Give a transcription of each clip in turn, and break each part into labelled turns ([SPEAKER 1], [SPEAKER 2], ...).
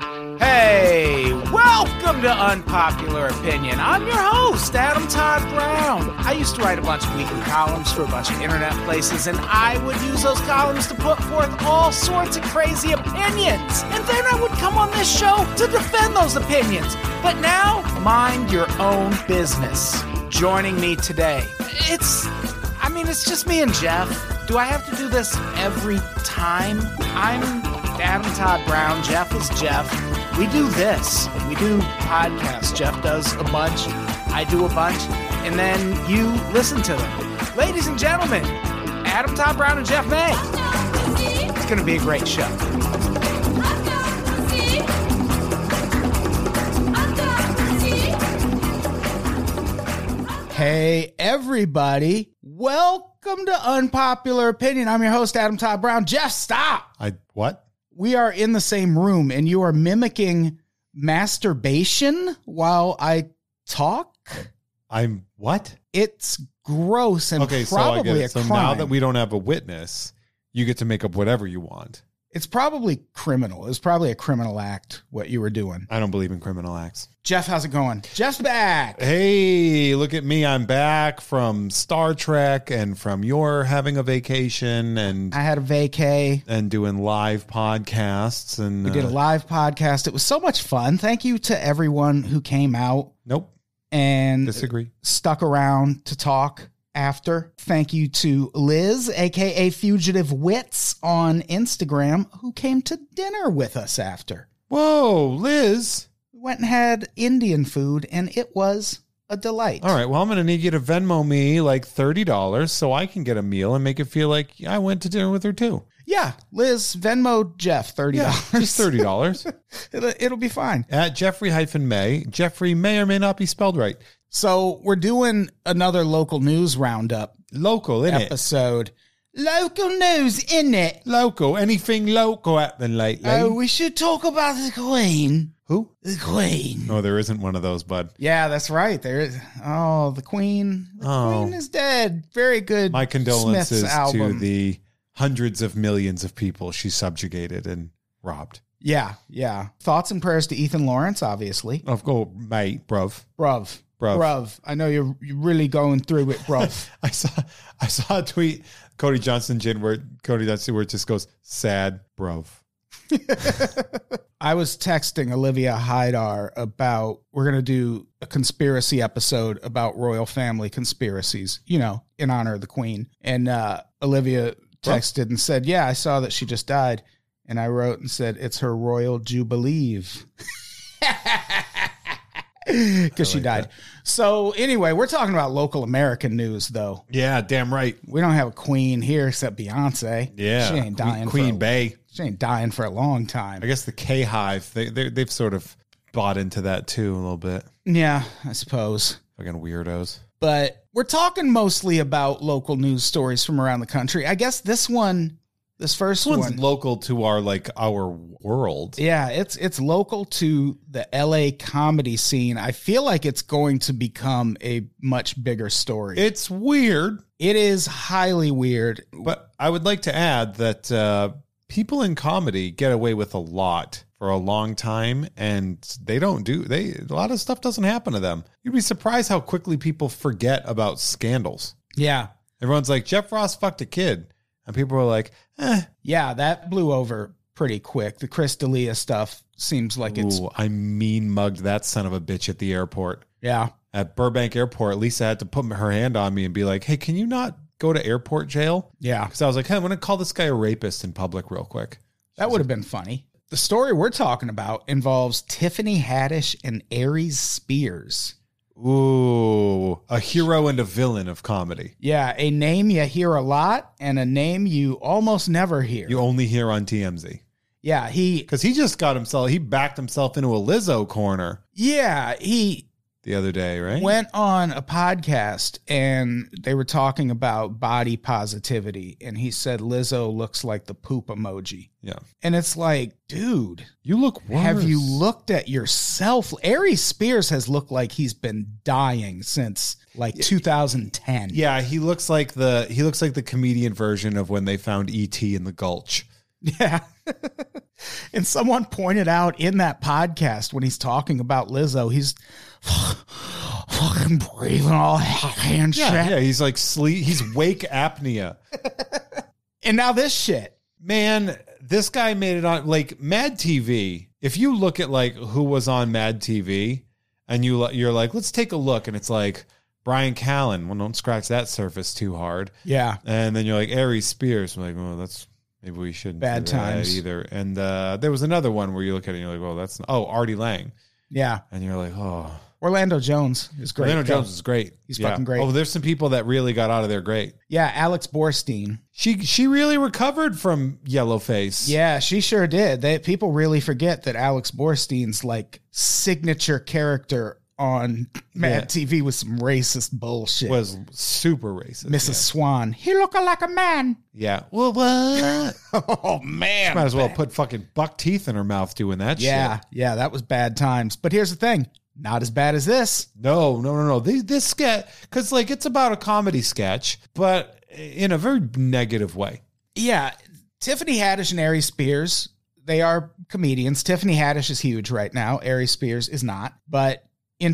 [SPEAKER 1] Hey, welcome to Unpopular Opinion. I'm your host, Adam Todd Brown. I used to write a bunch of weekly columns for a bunch of internet places, and I would use those columns to put forth all sorts of crazy opinions. And then I would come on this show to defend those opinions. But now, mind your own business. Joining me today, it's. I mean, it's just me and Jeff. Do I have to do this every time? I'm Adam Todd Brown. Jeff is Jeff. We do this. We do podcasts. Jeff does a bunch. I do a bunch. And then you listen to them. Ladies and gentlemen, Adam Todd Brown and Jeff May. It's going to be a great show. Hey, everybody. Welcome to Unpopular Opinion. I'm your host, Adam Todd Brown. Jeff, stop.
[SPEAKER 2] I what?
[SPEAKER 1] we are in the same room and you are mimicking masturbation while I talk.
[SPEAKER 2] I'm what?
[SPEAKER 1] It's gross and
[SPEAKER 2] Okay, so I
[SPEAKER 1] probably
[SPEAKER 2] get
[SPEAKER 1] a
[SPEAKER 2] it. So
[SPEAKER 1] crime.
[SPEAKER 2] now that we don't have a witness, you get to make up whatever you want.
[SPEAKER 1] it's probably criminal. It's probably a criminal act what you were doing.
[SPEAKER 2] I don't believe in criminal acts.
[SPEAKER 1] Jeff, how's it going? Jeff's back.
[SPEAKER 2] Hey, look at me. I'm back from Star Trek and from your having a vacation and
[SPEAKER 1] I had a vacay.
[SPEAKER 2] and doing live podcasts and
[SPEAKER 1] We did a
[SPEAKER 2] uh,
[SPEAKER 1] live podcast. It was so much fun. Thank you to everyone who came out
[SPEAKER 2] Nope.
[SPEAKER 1] and
[SPEAKER 2] Disagree.
[SPEAKER 1] stuck around to talk after. Thank you to Liz, aka Fugitive Wits on Instagram, who came to dinner with us after.
[SPEAKER 2] Whoa, Liz.
[SPEAKER 1] We went and had Indian food, and it was a delight.
[SPEAKER 2] All right. Well, I'm going to need you to Venmo me like $30 so I can get a meal and make it feel like I went to dinner with her too.
[SPEAKER 1] Yeah, Liz, Venmo Jeff $30.
[SPEAKER 2] Yeah. Just $30.
[SPEAKER 1] It'll, it'll be fine.
[SPEAKER 2] at Jeffrey hyphen May. Jeffrey may or may not be spelled right.
[SPEAKER 1] So, we're doing another local news roundup
[SPEAKER 2] Local, innit?
[SPEAKER 1] episode. Local news, in it.
[SPEAKER 2] Local, anything local happening lately?
[SPEAKER 1] Oh, we should talk about the Queen.
[SPEAKER 2] Who? Oh.
[SPEAKER 1] The Queen.
[SPEAKER 2] No, there isn't one of those, bud.
[SPEAKER 1] Yeah, that's right. There is. Oh, the Queen. The
[SPEAKER 2] Oh.
[SPEAKER 1] Queen is dead. Very good.
[SPEAKER 2] My condolences
[SPEAKER 1] Smiths
[SPEAKER 2] to
[SPEAKER 1] album.
[SPEAKER 2] the hundreds of millions of people she subjugated and robbed.
[SPEAKER 1] Yeah, yeah. Thoughts and prayers to Ethan Lawrence, obviously.
[SPEAKER 2] Of course, mate, bruv.
[SPEAKER 1] Bruv.
[SPEAKER 2] Bruv.
[SPEAKER 1] I know you're, you're really going through it, bruv.
[SPEAKER 2] I saw I saw a tweet Cody Johnson Jin where Cody Johnson where it just goes sad bruv.
[SPEAKER 1] I was texting Olivia Hydar about we're going to do a conspiracy episode about royal family conspiracies, you know, in honor of the Queen. And uh, Olivia texted and said, Yeah, I saw that she just died. And I wrote and said, It's her royal jubilee. Because she died. So, anyway, we're talking about local American news, though.
[SPEAKER 2] Yeah, damn right.
[SPEAKER 1] We don't have a queen here except Beyonce.
[SPEAKER 2] Yeah,
[SPEAKER 1] She ain't dying.
[SPEAKER 2] Queen, Queen
[SPEAKER 1] for a,
[SPEAKER 2] Bay.
[SPEAKER 1] She ain't dying for a long time.
[SPEAKER 2] I guess the K Hive they, they they've sort of bought into that too a little bit.
[SPEAKER 1] Yeah, I suppose.
[SPEAKER 2] Fucking weirdos.
[SPEAKER 1] But we're talking mostly about local news stories from around the country. I guess this one, this first
[SPEAKER 2] This one's
[SPEAKER 1] one,
[SPEAKER 2] local to our like our world.
[SPEAKER 1] yeah, it's it's local to the LA comedy scene. I feel like it's going to become a much bigger story.
[SPEAKER 2] It's weird,
[SPEAKER 1] it is highly weird.
[SPEAKER 2] but I would like to add that uh, people in comedy get away with a lot for a long time, and they don't do they a lot of stuff doesn't happen to them. You'd be surprised how quickly people forget about scandals.
[SPEAKER 1] Yeah.
[SPEAKER 2] Everyone's like Jeff Ross fucked a kid, and people are like, eh,
[SPEAKER 1] Yeah, that blew over pretty quick. The Chris D'Elia stuff seems like it's
[SPEAKER 2] ooh, I mean mugged that son of a bitch at the airport.
[SPEAKER 1] yeah.
[SPEAKER 2] At Burbank Airport, Lisa had to put her hand on me and be like, "Hey, can you not go to airport jail?"
[SPEAKER 1] Yeah.
[SPEAKER 2] Because I was like, hey, I'm going to call this guy a rapist in public real quick.
[SPEAKER 1] That would have been funny. The story we're talking about involves Tiffany Haddish and Aries Spears.
[SPEAKER 2] Ooh, a hero and a villain of comedy.
[SPEAKER 1] Yeah, a name you hear a lot and a name you almost never hear.
[SPEAKER 2] You only hear on TMZ.
[SPEAKER 1] Yeah, he
[SPEAKER 2] because he just got himself he backed himself into a Lizzo corner
[SPEAKER 1] yeah, he
[SPEAKER 2] the other day, right?
[SPEAKER 1] went on a podcast and they were talking about body positivity and he said Lizzo looks like the poop emoji.
[SPEAKER 2] yeah,
[SPEAKER 1] And it's like, dude,
[SPEAKER 2] you look worse.
[SPEAKER 1] have you looked at yourself? Ari Spears has looked like he's been dying since like 2010.
[SPEAKER 2] Yeah, he looks like the he looks like the comedian version of when they found ET in the Gulch.
[SPEAKER 1] Yeah. and someone pointed out in that podcast when he's talking about Lizzo, he's fucking breathing all heavy and shit.
[SPEAKER 2] yeah he's like sleep. He's wake apnea.
[SPEAKER 1] And now this shit.
[SPEAKER 2] man, this guy made it on like Mad TV. If you look at like who was on Mad TV, and you li- you're like, let's take a look, and it's like Brian Callen. Well, don't scratch that surface too hard.
[SPEAKER 1] Yeah.
[SPEAKER 2] And then you're like Aries Spears. I'm like, well, that's maybe we shouldn't
[SPEAKER 1] Bad
[SPEAKER 2] do that
[SPEAKER 1] times.
[SPEAKER 2] either. And uh, there was another one where you look at it and you're like, well, that's oh Artie Lang,
[SPEAKER 1] Yeah.
[SPEAKER 2] and you're like, oh,
[SPEAKER 1] Orlando Jones is great.
[SPEAKER 2] Orlando Jones is great.
[SPEAKER 1] He's fucking great.
[SPEAKER 2] Oh, there's some people that really got out of there great.
[SPEAKER 1] Yeah. Alex Borstein.
[SPEAKER 2] She she really recovered from yellow face.
[SPEAKER 1] Yeah, she sure did. They, people really forget that Alex Borstein's like signature character on Mad TV was some racist bullshit.
[SPEAKER 2] was super racist.
[SPEAKER 1] Mrs. Swan. He look like a man.
[SPEAKER 2] Yeah. Well, what?
[SPEAKER 1] Oh man.
[SPEAKER 2] Might as well put fucking buck teeth in her mouth doing that
[SPEAKER 1] Yeah,
[SPEAKER 2] shit.
[SPEAKER 1] yeah, that was bad times. But here's the thing not as bad as this.
[SPEAKER 2] No, no, no, no. This, this sketch, because like it's about a comedy sketch, but in a very negative way.
[SPEAKER 1] Yeah, Tiffany Haddish and Ari Spears, they are comedians. Tiffany Haddish is huge right now, Ari Spears is not. But in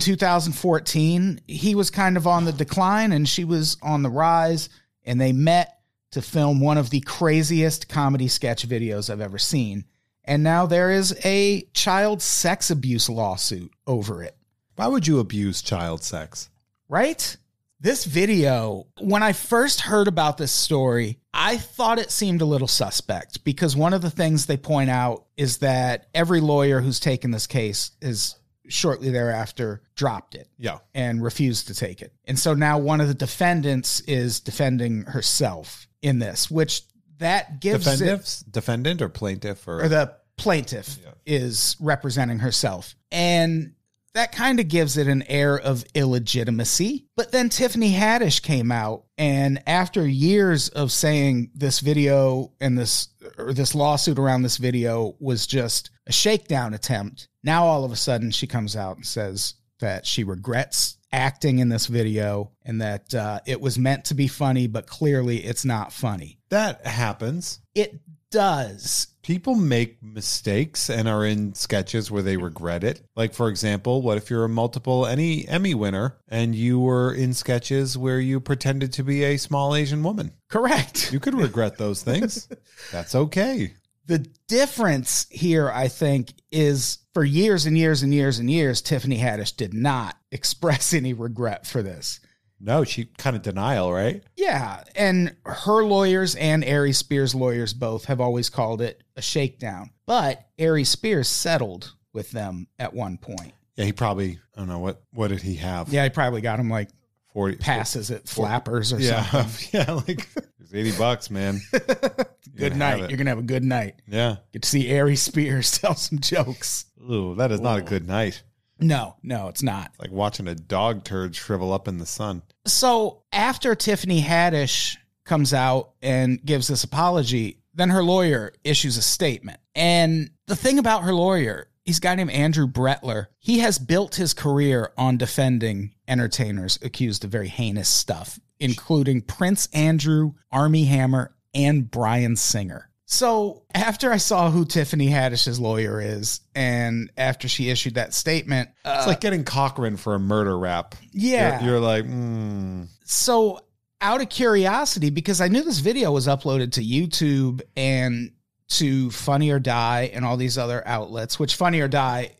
[SPEAKER 1] 2014, he was kind of on the decline and she was on the rise, and they met to film one of the craziest comedy sketch videos I've ever seen. And now there is a child sex abuse lawsuit over it.
[SPEAKER 2] Why would you abuse child sex?
[SPEAKER 1] right? This video, when I first heard about this story, I thought it seemed a little suspect because one of the things they point out is that every lawyer who's taken this case is shortly thereafter dropped it
[SPEAKER 2] Yeah.
[SPEAKER 1] and refused to take it. And so now one of the defendants is defending herself in this, which that gives it
[SPEAKER 2] Defendants, defendant or plaintiff or,
[SPEAKER 1] or the plaintiff is representing herself. And that kind of gives it an air of illegitimacy. But then Tiffany Haddish came out and after years of saying this video and this or this lawsuit around this video was just a shakedown attempt, now all of a sudden she comes out and says that she regrets acting in this video and that uh, it was meant to be funny, but clearly it's not funny.
[SPEAKER 2] that happens.
[SPEAKER 1] It does.
[SPEAKER 2] People make mistakes and are in sketches where they regret it. Like, for example, what if you're a multiple any Emmy winner and you were in sketches where you pretended to be a small Asian woman?
[SPEAKER 1] Correct.
[SPEAKER 2] You could regret those things. That's okay.
[SPEAKER 1] the difference here, I think, is for years and years and years and years, Tiffany Haddish did not express any regret for this.
[SPEAKER 2] No, she kind of denial, right?
[SPEAKER 1] Yeah. And her lawyers and Ari Spears' lawyers both have always called it a shakedown. But Ari Spears settled with them at one point.
[SPEAKER 2] Yeah, he probably I don't know what what did he have?
[SPEAKER 1] Yeah, he probably got him like
[SPEAKER 2] forty
[SPEAKER 1] passes at flappers or something.
[SPEAKER 2] Yeah, yeah, like it's eighty bucks, man. You're
[SPEAKER 1] Good
[SPEAKER 2] gonna
[SPEAKER 1] night.
[SPEAKER 2] have it.
[SPEAKER 1] You're going to have a good night.
[SPEAKER 2] Yeah.
[SPEAKER 1] Get to see Ari Spears tell some jokes.
[SPEAKER 2] Ooh, that is not a good night.
[SPEAKER 1] No, no, it's not.
[SPEAKER 2] It's like watching a dog turd shrivel up in the sun.
[SPEAKER 1] So after Tiffany Haddish comes out and gives this apology, then her lawyer issues a statement. And the thing about her lawyer, he's a guy named Andrew Brettler. He has built his career on defending entertainers accused of very heinous stuff, including Prince Andrew, Army Hammer, and Brian Singer. So after I saw who Tiffany Haddish's lawyer is, and after she issued that statement, uh,
[SPEAKER 2] It's like getting Cochran for a murder rap.
[SPEAKER 1] yeah,
[SPEAKER 2] You're, you're like, mm,
[SPEAKER 1] so out of curiosity because i knew this video was uploaded to youtube and to funny or die and all these other outlets which funny or die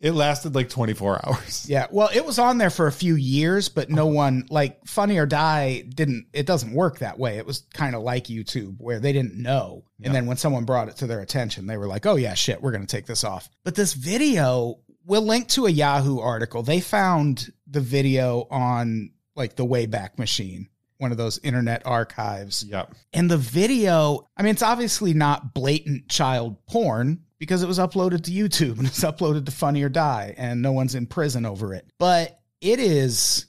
[SPEAKER 2] it lasted like 24 hours.
[SPEAKER 1] yeah well it was on there for a few years but no one like funny or die didn't it doesn't work that way it was kind of like youtube where they didn't know and then when someone brought it to their attention they were like oh yeah shit we're going to take this off but this video we'll link to a yahoo article they found the video on like the wayback machine one of those internet archives.
[SPEAKER 2] Yep.
[SPEAKER 1] And the video, I mean, it's obviously not blatant child porn because it was uploaded to YouTube and it's uploaded to Funny or Die and no one's in prison over it. But it is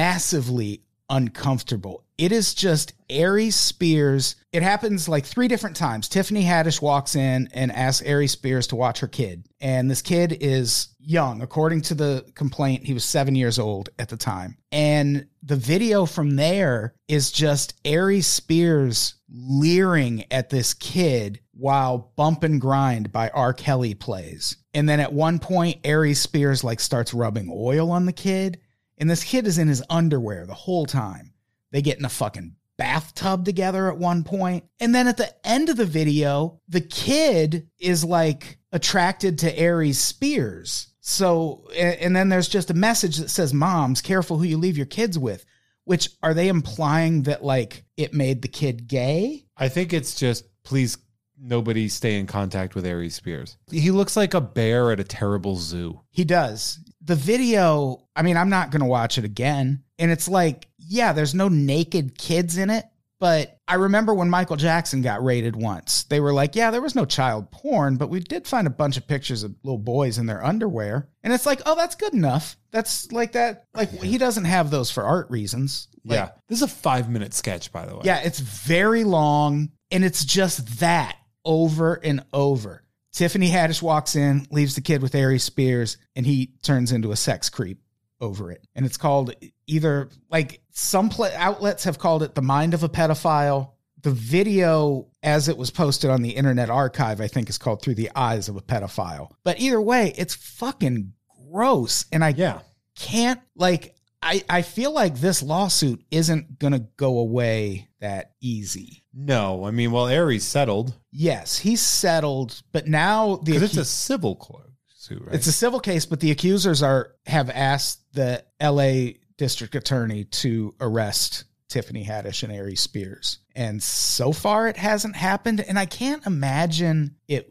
[SPEAKER 1] massively uncomfortable. It is just Ari Spears. It happens like three different times. Tiffany Haddish walks in and asks Ari Spears to watch her kid. And this kid is young. According to the complaint, he was seven years old at the time. And the video from there is just Ari Spears leering at this kid while Bump and Grind by R. Kelly plays. And then at one point, Ari Spears like starts rubbing oil on the kid. And this kid is in his underwear the whole time. They get in a fucking bathtub together at one point. And then at the end of the video, the kid is like attracted to Aries Spears. So, a- and, then there's just a message that says, Moms, careful who you leave your kids with, which are they implying that like it made the kid gay?
[SPEAKER 2] I think it's just please nobody stay in contact with Aries Spears. He looks like a bear at a terrible zoo.
[SPEAKER 1] He does. The video, I mean, I'm not going to watch it again. And it's like, yeah, there's no naked kids in it. But I remember when Michael Jackson got raided once, they were like, yeah, there was no child porn, but we did find a bunch of pictures of little boys in their underwear. And it's like, oh, that's good enough. That's like that. Like, he doesn't have those for art reasons. Like,
[SPEAKER 2] yeah. This is a five minute sketch, by the way.
[SPEAKER 1] yeah, it's very long and it's just that over and over. Tiffany Haddish walks in, leaves the kid with Aries Spears, and he turns into a sex creep over it. And it's called either like some pla outlets have called it the mind of a pedophile. The video, as it was posted on the Internet Archive, I think is called Through the Eyes of a Pedophile. But either way, it's fucking gross. And I
[SPEAKER 2] Yeah.
[SPEAKER 1] can't like I, I feel like this lawsuit isn't gonna go away that easy.
[SPEAKER 2] No, I mean, well, Aries settled
[SPEAKER 1] Yes, he's settled, but now the
[SPEAKER 2] because it's
[SPEAKER 1] accu-
[SPEAKER 2] a civil court suit, right?
[SPEAKER 1] it's a civil case, but the accusers are have asked the LA district attorney to arrest Tiffany Haddish and Ari Spears. And so far it hasn't happened, and I can't imagine it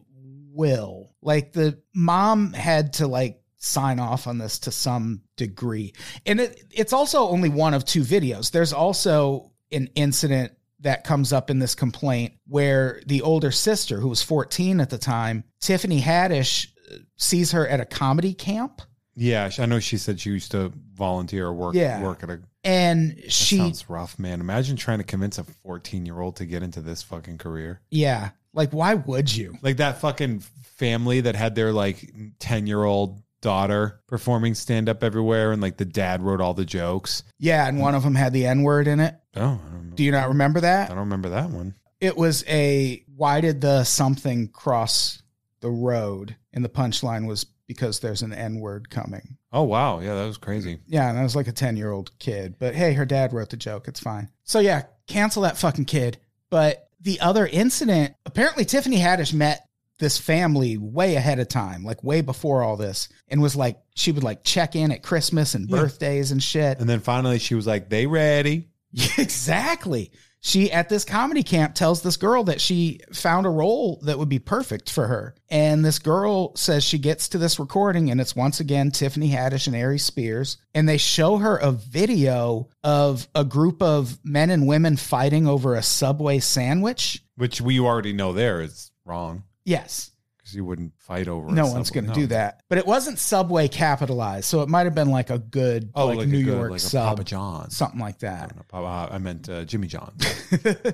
[SPEAKER 1] will. Like the mom had to like sign off on this to some degree. And it, it's also only one of two videos. There's also an incident that comes up in this complaint where the older sister, who was 14 at the time, Tiffany Haddish, uh, sees her at a comedy camp.
[SPEAKER 2] yeah, I know she said she used to volunteer or work
[SPEAKER 1] Yeah.
[SPEAKER 2] work at a.
[SPEAKER 1] And
[SPEAKER 2] That
[SPEAKER 1] she,
[SPEAKER 2] sounds rough, man. Imagine trying to convince a fourteen year old to get into this fucking career.
[SPEAKER 1] yeah, like, why would you?
[SPEAKER 2] Like that fucking family that had their like ten year old daughter performing stand up everywhere, and like the dad wrote all the jokes.
[SPEAKER 1] Yeah. And one of them had the N word in it.
[SPEAKER 2] Oh, I don't, know.
[SPEAKER 1] Do you not remember that?
[SPEAKER 2] I don't remember that one.
[SPEAKER 1] it was a why did the something cross the road and the punchline was because there's an n word coming
[SPEAKER 2] Oh wow, yeah, that was crazy.
[SPEAKER 1] yeah and i was like a 10 year old kid but hey her dad wrote the joke it's fine so yeah cancel that fucking kid but the other incident apparently tiffany haddish met this family way ahead of time like way before all this and was like she would like check in at christmas and
[SPEAKER 2] Yeah.
[SPEAKER 1] birthdays and shit
[SPEAKER 2] And then finally, she was like, "They ready?"
[SPEAKER 1] Yeah, exactly. She at this comedy camp tells this girl that she found a role that would be perfect for her. And this girl says she gets to this recording and it's once again Tiffany Haddish and Ari Spears. And they show her a video of a group of men and women fighting over a Subway sandwich.
[SPEAKER 2] Which we already know there is wrong
[SPEAKER 1] Yes.
[SPEAKER 2] because you wouldn't fight over. a
[SPEAKER 1] No one's
[SPEAKER 2] subway.
[SPEAKER 1] going to
[SPEAKER 2] No.
[SPEAKER 1] do that. But it wasn't Subway capitalized. So it might have been like a good,
[SPEAKER 2] Oh,
[SPEAKER 1] like,
[SPEAKER 2] like a
[SPEAKER 1] New
[SPEAKER 2] good-
[SPEAKER 1] York
[SPEAKER 2] like a
[SPEAKER 1] sub,
[SPEAKER 2] Papa John's.
[SPEAKER 1] something like that.
[SPEAKER 2] No, Papa, I meant uh, Jimmy John.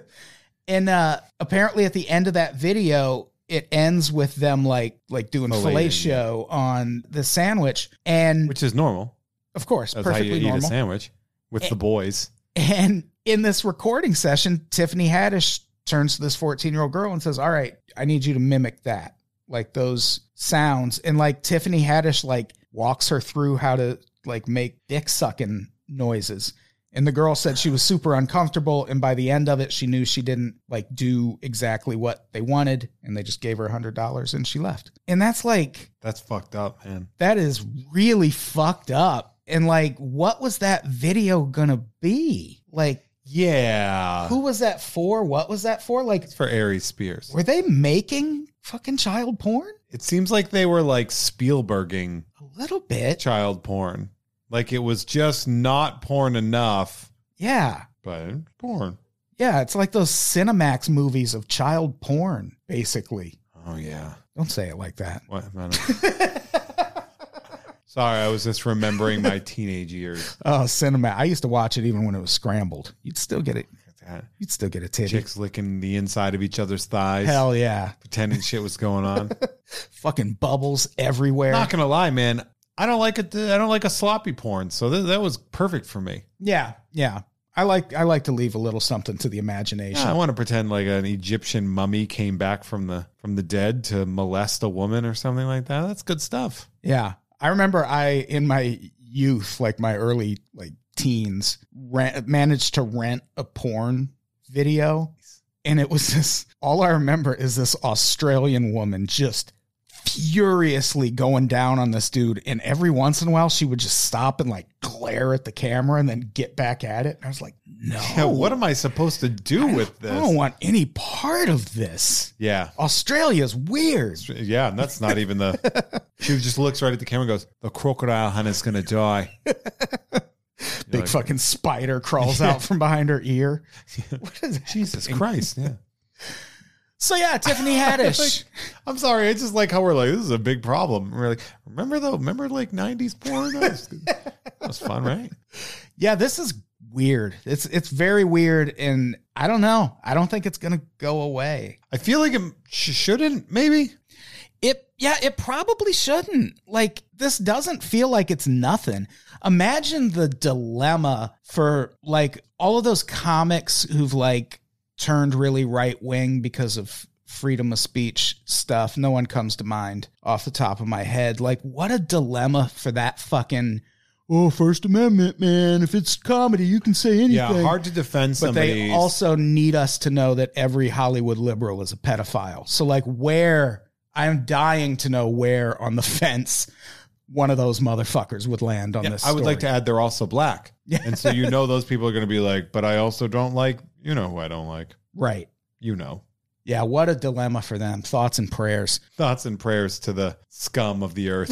[SPEAKER 1] and uh apparently at the end of that video it ends with them like like doing
[SPEAKER 2] Filleting.
[SPEAKER 1] fellatio on the sandwich and
[SPEAKER 2] which is normal.
[SPEAKER 1] of course
[SPEAKER 2] That's how
[SPEAKER 1] perfectly
[SPEAKER 2] you eat a
[SPEAKER 1] normal
[SPEAKER 2] sandwich with the boys.
[SPEAKER 1] and in this recording session tiffany haddish turns to this 14 year old girl and says all right i need you to mimic that like those sounds and like tiffany haddish like walks her through how to like make dick sucking noises and the girl said she was super uncomfortable and by the end of it she knew she didn't like do exactly what they wanted and they just gave her a hundred dollars and she left and that's like
[SPEAKER 2] That's fucked up, man.
[SPEAKER 1] that is really fucked up and like what was that video gonna be like
[SPEAKER 2] Yeah.
[SPEAKER 1] who was that for? What was that for? Like,
[SPEAKER 2] It's for Aries Spears.
[SPEAKER 1] were they making fucking child porn?
[SPEAKER 2] It seems like they were like Spielberging
[SPEAKER 1] A little bit.
[SPEAKER 2] child porn. Like it was just not porn enough
[SPEAKER 1] Yeah.
[SPEAKER 2] but porn.
[SPEAKER 1] Yeah, it's like those Cinemax movies of child porn, basically.
[SPEAKER 2] Oh yeah.
[SPEAKER 1] Don't say it like that.
[SPEAKER 2] What? I don't- Sorry, I was just remembering my teenage years.
[SPEAKER 1] Oh, Cinemax. I used to watch it even when it was scrambled. You'd still get it.
[SPEAKER 2] That
[SPEAKER 1] You'd still get a titty.
[SPEAKER 2] Chicks licking the inside of each other's thighs,
[SPEAKER 1] Hell yeah.
[SPEAKER 2] pretending shit was going on.
[SPEAKER 1] Fucking bubbles everywhere.
[SPEAKER 2] Not gonna lie, man. I don't like it. I don't like a sloppy porn, so th- that was perfect for me.
[SPEAKER 1] yeah, yeah. I like I like to leave a little something to the imagination.
[SPEAKER 2] Yeah, I want to pretend like an Egyptian mummy came back from the from the dead to molest a woman or something like that. That's good stuff.
[SPEAKER 1] Yeah. I remember I, in my youth, like my early, like teens, rent, managed to rent a porn video. And it was this, all I remember is this Australian woman just furiously going down on this dude. And every once in a while, she would just stop and like glare at the camera and then get back at it. And I was like, no.
[SPEAKER 2] Yeah, what am I supposed to do with
[SPEAKER 1] I don't
[SPEAKER 2] this?
[SPEAKER 1] want any part of this.
[SPEAKER 2] Yeah,
[SPEAKER 1] Australia's weird.
[SPEAKER 2] yeah, and that's not even the. she just looks right at the camera and goes, "The crocodile hunt is gonna die."
[SPEAKER 1] Big
[SPEAKER 2] like-
[SPEAKER 1] fucking spider crawls out from behind her ear. What is
[SPEAKER 2] Jesus Christ! Yeah,
[SPEAKER 1] So yeah, Tiffany Haddish.
[SPEAKER 2] I'm sorry. I just like how we're like, this is a big problem. We're like, remember though, remember like '90s porn? That was, that was fun, right?
[SPEAKER 1] yeah, this is weird. It's it's very weird, and I don't know. I don't think it's gonna go away.
[SPEAKER 2] I feel like it sh- shouldn't. Maybe
[SPEAKER 1] It yeah, it probably shouldn't. Like this doesn't feel like it's nothing. Imagine the dilemma for like all of those comics who've like turned really right wing because of freedom of speech stuff. No one comes to mind off the top of my head. Like what a dilemma for that fucking oh First Amendment man. If it's comedy, you can say anything.
[SPEAKER 2] yeah, hard to defend
[SPEAKER 1] But
[SPEAKER 2] somebody.
[SPEAKER 1] they also need us to know that every Hollywood liberal is a pedophile. So, like, where I'm dying to know where on the fence one of those motherfuckers would land on
[SPEAKER 2] Yeah,
[SPEAKER 1] this.
[SPEAKER 2] I would like to
[SPEAKER 1] story.
[SPEAKER 2] add they're also black.
[SPEAKER 1] Yeah.
[SPEAKER 2] And so you know those people are going to be like, but I also don't like, you know who I don't like.
[SPEAKER 1] right?
[SPEAKER 2] You know.
[SPEAKER 1] Yeah, what a dilemma for them. Thoughts and prayers.
[SPEAKER 2] Thoughts and prayers to the scum of the earth.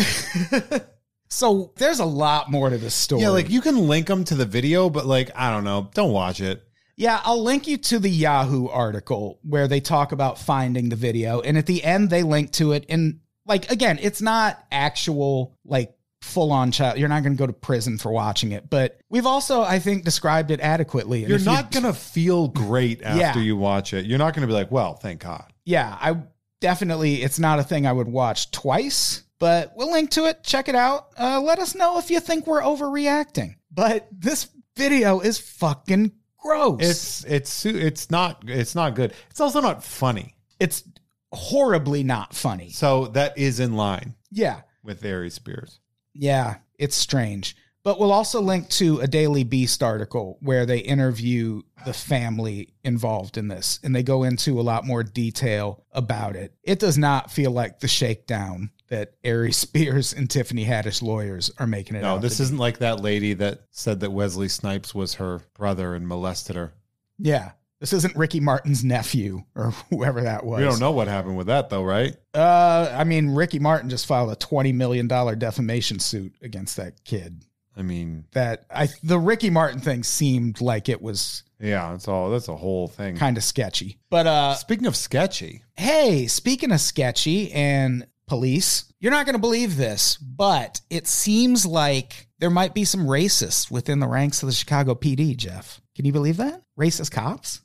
[SPEAKER 1] So there's a lot more to this story.
[SPEAKER 2] yeah, like you can link them to the video, but like, I don't know. Don't watch it.
[SPEAKER 1] Yeah, I'll link you to the Yahoo article where they talk about finding the video. And at the end, they link to it. And like, again, it's not actual, like, full on child. You're not going to go to prison for watching it. But we've also, I think, described it adequately. And
[SPEAKER 2] You're
[SPEAKER 1] if
[SPEAKER 2] not
[SPEAKER 1] you-
[SPEAKER 2] going to feel great
[SPEAKER 1] Yeah.
[SPEAKER 2] after you watch it. You're not going to be like, well, thank God.
[SPEAKER 1] Yeah, I definitely, it's not a thing I would watch twice, but we'll link to it. Check it out. Uh, let us know if you think we're overreacting. But this video is fucking gross.
[SPEAKER 2] It's it's su- it's not it's not good. It's also not funny.
[SPEAKER 1] it's horribly not funny.
[SPEAKER 2] So that is in line
[SPEAKER 1] Yeah.
[SPEAKER 2] with Aries Spears.
[SPEAKER 1] Yeah, it's strange. But we'll also link to a Daily Beast article where they interview the family involved in this and they go into a lot more detail about it. It does not feel like the shakedown that Ari Spears and Tiffany Haddish lawyers are making it
[SPEAKER 2] No,
[SPEAKER 1] out.
[SPEAKER 2] this
[SPEAKER 1] to be.
[SPEAKER 2] isn't like that lady that said that Wesley Snipes was her brother and molested her.
[SPEAKER 1] Yeah. This isn't Ricky Martin's nephew or whoever that was.
[SPEAKER 2] We don't know what happened with that though, right?
[SPEAKER 1] Uh, I mean, Ricky Martin just filed a $20 million defamation suit against that kid.
[SPEAKER 2] I mean,
[SPEAKER 1] That I the Ricky Martin thing seemed like it was
[SPEAKER 2] yeah, it's all that's a whole thing.
[SPEAKER 1] kind of sketchy. But uh
[SPEAKER 2] Speaking of sketchy,
[SPEAKER 1] hey, speaking of sketchy and police, you're not going to believe this, but it seems like there might be some racists within the ranks of the Chicago PD, Jeff. Can you believe that? Racist cops?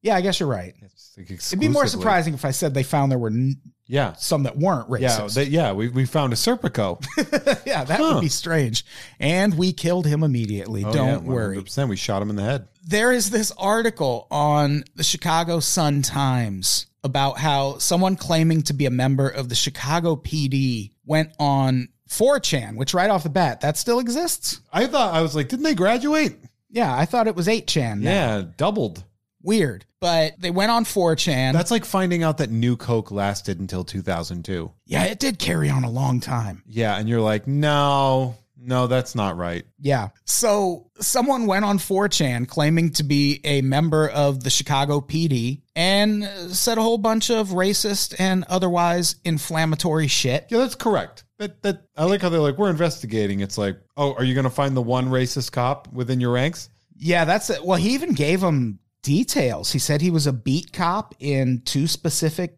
[SPEAKER 1] Yeah, I guess you're right. It'd be more surprising if I said they found there were n-
[SPEAKER 2] Yeah,
[SPEAKER 1] some that weren't
[SPEAKER 2] yeah,
[SPEAKER 1] racist.
[SPEAKER 2] they, yeah. We we found a Serpico.
[SPEAKER 1] yeah, that
[SPEAKER 2] Huh. Oh,
[SPEAKER 1] would be strange. And we killed him immediately. Don't worry.
[SPEAKER 2] percent. We shot him in the head.
[SPEAKER 1] there is this article on the Chicago Sun Times about how someone claiming to be a member of the Chicago PD went on 4chan, which right off the bat, that still exists.
[SPEAKER 2] I thought I was like, didn't they graduate?
[SPEAKER 1] Yeah, I thought it was 8chan. now.
[SPEAKER 2] Yeah, doubled.
[SPEAKER 1] Weird. But they went on 4chan.
[SPEAKER 2] That's like finding out that New Coke lasted until 2002.
[SPEAKER 1] yeah, it did carry on a long time.
[SPEAKER 2] Yeah, and you're like, no, no, that's not right.
[SPEAKER 1] Yeah. So someone went on 4chan claiming to be a member of the Chicago PD and uh, said a whole bunch of racist and otherwise inflammatory shit.
[SPEAKER 2] Yeah, that's correct. But that I like how they're like, we're investigating. It's like, oh, are you going to find the one racist cop within your ranks?
[SPEAKER 1] Yeah, that's it. Well, he even gave him details. He said he was a beat cop in two specific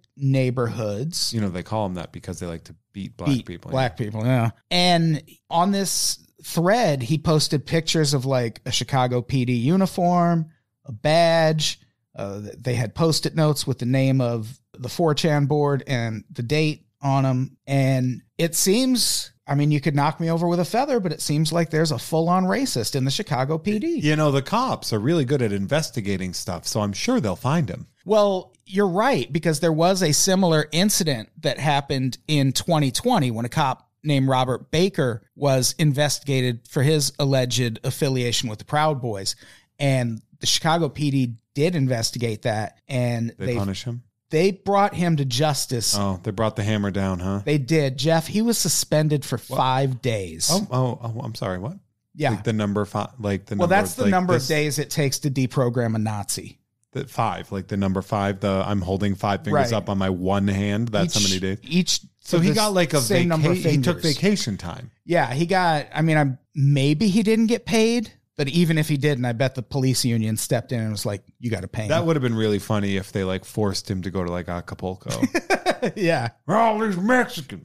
[SPEAKER 1] neighborhoods.
[SPEAKER 2] You know, they call them that because they like to beat black
[SPEAKER 1] Beat
[SPEAKER 2] people.
[SPEAKER 1] Black people, yeah. And on this thread, he posted pictures of like a Chicago PD uniform, a badge. Uh, they had post it notes with the name of the 4chan board and the date on them. And it seems, I mean, you could knock me over with a feather, but it seems like there's a full on racist in the Chicago PD.
[SPEAKER 2] You know, the cops are really good at investigating stuff, so I'm sure they'll find him.
[SPEAKER 1] Well, you're right because there was a similar incident that happened in 2020 when a cop named Robert Baker was investigated for his alleged affiliation with the Proud Boys and the Chicago PD did investigate that and
[SPEAKER 2] They,
[SPEAKER 1] they they,
[SPEAKER 2] punish him.
[SPEAKER 1] brought him to justice.
[SPEAKER 2] Oh, they brought the hammer down, huh?
[SPEAKER 1] They did. Jeff, he was suspended for 5 days.
[SPEAKER 2] Oh, oh, oh, I'm sorry. What?
[SPEAKER 1] yeah.
[SPEAKER 2] Like the number five, like the
[SPEAKER 1] well,
[SPEAKER 2] number,
[SPEAKER 1] that's the
[SPEAKER 2] like
[SPEAKER 1] number
[SPEAKER 2] this-
[SPEAKER 1] of days it takes to deprogram a Nazi.
[SPEAKER 2] the five, like the number five. The I'm holding five fingers
[SPEAKER 1] Right.
[SPEAKER 2] up on my one hand. That's how
[SPEAKER 1] Each-
[SPEAKER 2] many days.
[SPEAKER 1] Each
[SPEAKER 2] So
[SPEAKER 1] for
[SPEAKER 2] he
[SPEAKER 1] the
[SPEAKER 2] got like a
[SPEAKER 1] same number
[SPEAKER 2] vacation.
[SPEAKER 1] of
[SPEAKER 2] He took
[SPEAKER 1] fingers.
[SPEAKER 2] vacation time.
[SPEAKER 1] Yeah, he got. I mean, I'm maybe he didn't get paid, but even if he didn't, I bet the police union stepped in and was like, "You got to pay." Him.
[SPEAKER 2] That would have been really funny if they like forced him to go to like Acapulco.
[SPEAKER 1] yeah,
[SPEAKER 2] We're all these Mexican.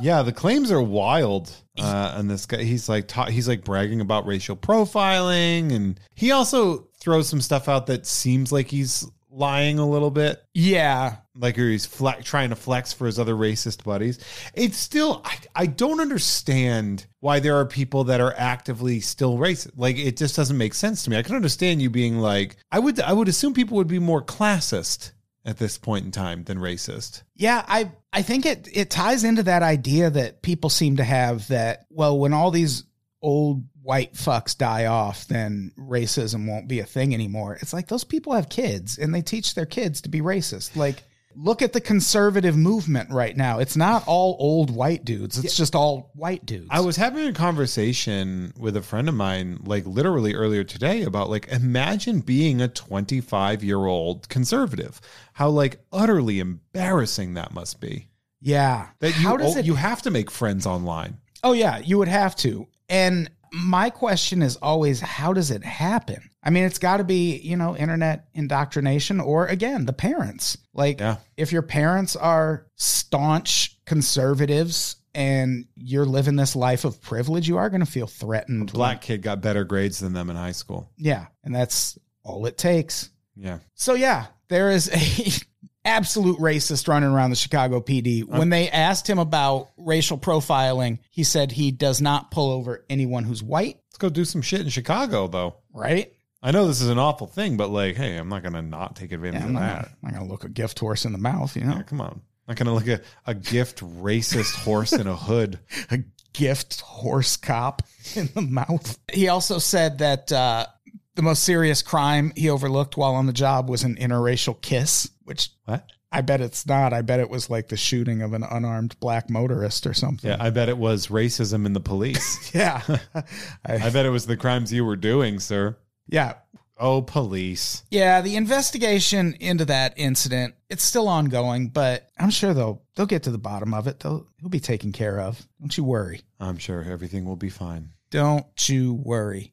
[SPEAKER 2] yeah, the claims are wild. Uh, and this guy, he's like, ta- he's like bragging about racial profiling, and he also throws some stuff out that seems like he's lying a little bit,
[SPEAKER 1] yeah.
[SPEAKER 2] like or he's fle- trying to flex for his other racist buddies. It's still, I, I don't understand why there are people that are actively still racist. Like, it just doesn't make sense to me. I can understand you being like, I would, I would assume people would be more classist at this point in time than racist.
[SPEAKER 1] Yeah, I I think it it ties into that idea that people seem to have that well, when all these old white fucks die off, then racism won't be a thing anymore. It's like those people have kids and they teach their kids to be racist. Like look at the conservative movement right now. It's not all old white dudes. It's just all white dudes.
[SPEAKER 2] I was having a conversation with a friend of mine, like literally earlier today, about like imagine being a 25 year old conservative. How like utterly embarrassing that must be.
[SPEAKER 1] Yeah.
[SPEAKER 2] That you
[SPEAKER 1] How does it?
[SPEAKER 2] you have to make friends online.
[SPEAKER 1] oh yeah, you would have to. And my question is always, how does it happen? I mean, it's got to be you know internet indoctrination, or again, the parents. Like,
[SPEAKER 2] Yeah.
[SPEAKER 1] if your parents are staunch conservatives and you're living this life of privilege, you are going to feel threatened.
[SPEAKER 2] Black kid got better grades than them in high school.
[SPEAKER 1] Yeah, and that's all it takes.
[SPEAKER 2] Yeah.
[SPEAKER 1] So yeah, there is a absolute racist running around the Chicago PD. When they asked him about racial profiling, he said he does not pull over anyone who's white,
[SPEAKER 2] Let's go do some shit in Chicago though.
[SPEAKER 1] right?
[SPEAKER 2] I know this is an awful thing, but like, hey, I'm not gonna not take advantage
[SPEAKER 1] Yeah,
[SPEAKER 2] of
[SPEAKER 1] I'm
[SPEAKER 2] that.
[SPEAKER 1] not, I'm not gonna look a gift horse in the mouth, you know.
[SPEAKER 2] Yeah, come on. I'm not gonna look at a gift racist horse in a hood.
[SPEAKER 1] A gift horse cop in the mouth. He also said that uh, the most serious crime he overlooked while on the job was an interracial kiss, which
[SPEAKER 2] What?
[SPEAKER 1] I bet it's not. I bet it was like the shooting of an unarmed black motorist or something.
[SPEAKER 2] Yeah, I bet it was racism in the police.
[SPEAKER 1] Yeah. I-
[SPEAKER 2] I bet it was the crimes you were doing, sir.
[SPEAKER 1] yeah.
[SPEAKER 2] Oh, police.
[SPEAKER 1] Yeah, the investigation into that incident, it's still ongoing, but I'm sure they'll they'll get to the bottom of it. They'll he'll be taken care of. Don't you worry.
[SPEAKER 2] I'm sure everything will be fine.
[SPEAKER 1] Don't you worry.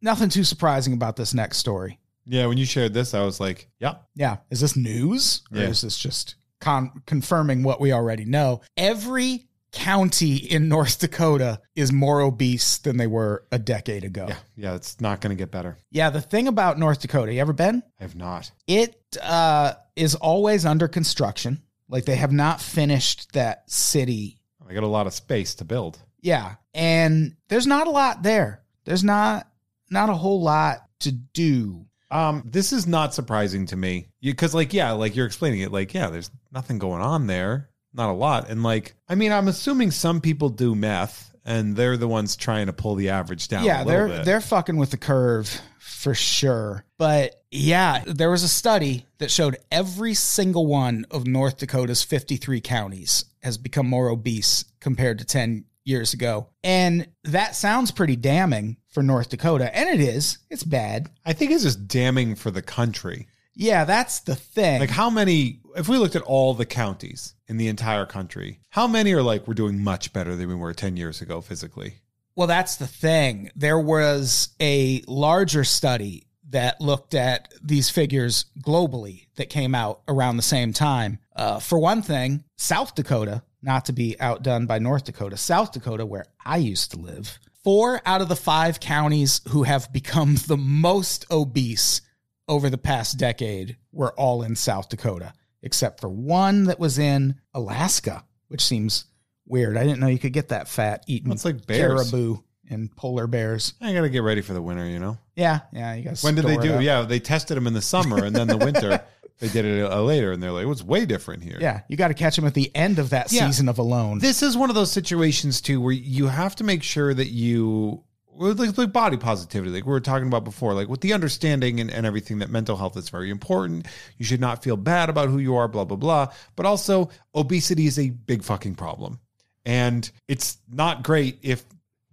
[SPEAKER 1] Nothing too surprising about this next story.
[SPEAKER 2] Yeah, when you shared this, I was like, yeah.
[SPEAKER 1] Yeah. Is this news? Or
[SPEAKER 2] Yeah.
[SPEAKER 1] is this just con- confirming what we already know? Every county in North Dakota is more obese than they were a decade ago.
[SPEAKER 2] Yeah, yeah, it's not going to get better.
[SPEAKER 1] yeah the thing about North Dakota, you ever been?
[SPEAKER 2] I have not.
[SPEAKER 1] It uh, is always under construction. Like they have not finished that city.
[SPEAKER 2] I got a lot of space to build.
[SPEAKER 1] Yeah, and there's not a lot there. There's not not a whole lot to do.
[SPEAKER 2] Um, this is not surprising to me because, like, yeah, like you're explaining it, like, yeah, there's nothing going on there, not a lot, and like, I mean, I'm assuming some people do meth and they're the ones trying to pull the average down. a
[SPEAKER 1] yeah,
[SPEAKER 2] little
[SPEAKER 1] they're
[SPEAKER 2] bit.
[SPEAKER 1] they're fucking with the curve for sure. But yeah, there was a study that showed every single one of North Dakota's 53 counties has become more obese compared to 10 years ago. And that sounds pretty damning for North Dakota, and it is. It's bad.
[SPEAKER 2] I think it's just damning for the country.
[SPEAKER 1] Yeah, that's the thing.
[SPEAKER 2] Like how many if we looked at all the counties in the entire country, how many are like we're doing much better than we were 10 years ago physically?
[SPEAKER 1] Well, that's the thing. There was a larger study that looked at these figures globally that came out around the same time. Uh, for one thing, South Dakota, not to be outdone by North Dakota, South Dakota, where I used to live, four out of the five counties who have become the most obese over the past decade were all in South Dakota, except for one that was in Alaska, which seems weird. I didn't know you could get that fat eating
[SPEAKER 2] That's like bears.
[SPEAKER 1] caribou and polar bears.
[SPEAKER 2] I got to get ready for the winter, you know.
[SPEAKER 1] Yeah, yeah. You guys.
[SPEAKER 2] When did they do? Yeah, they tested them in the summer and then the winter they did it uh, later and they're like, "It's way different here."
[SPEAKER 1] yeah. You got to catch them at the end of that
[SPEAKER 2] Yeah.
[SPEAKER 1] season of Alone.
[SPEAKER 2] This is one of those situations too where you have to make sure that you well, like, like body positivity, like we were talking about before, like with the understanding and, and everything that mental health is very important. You should not feel bad about who you are, blah, blah, blah. But also, obesity is a big fucking problem. And it's not great if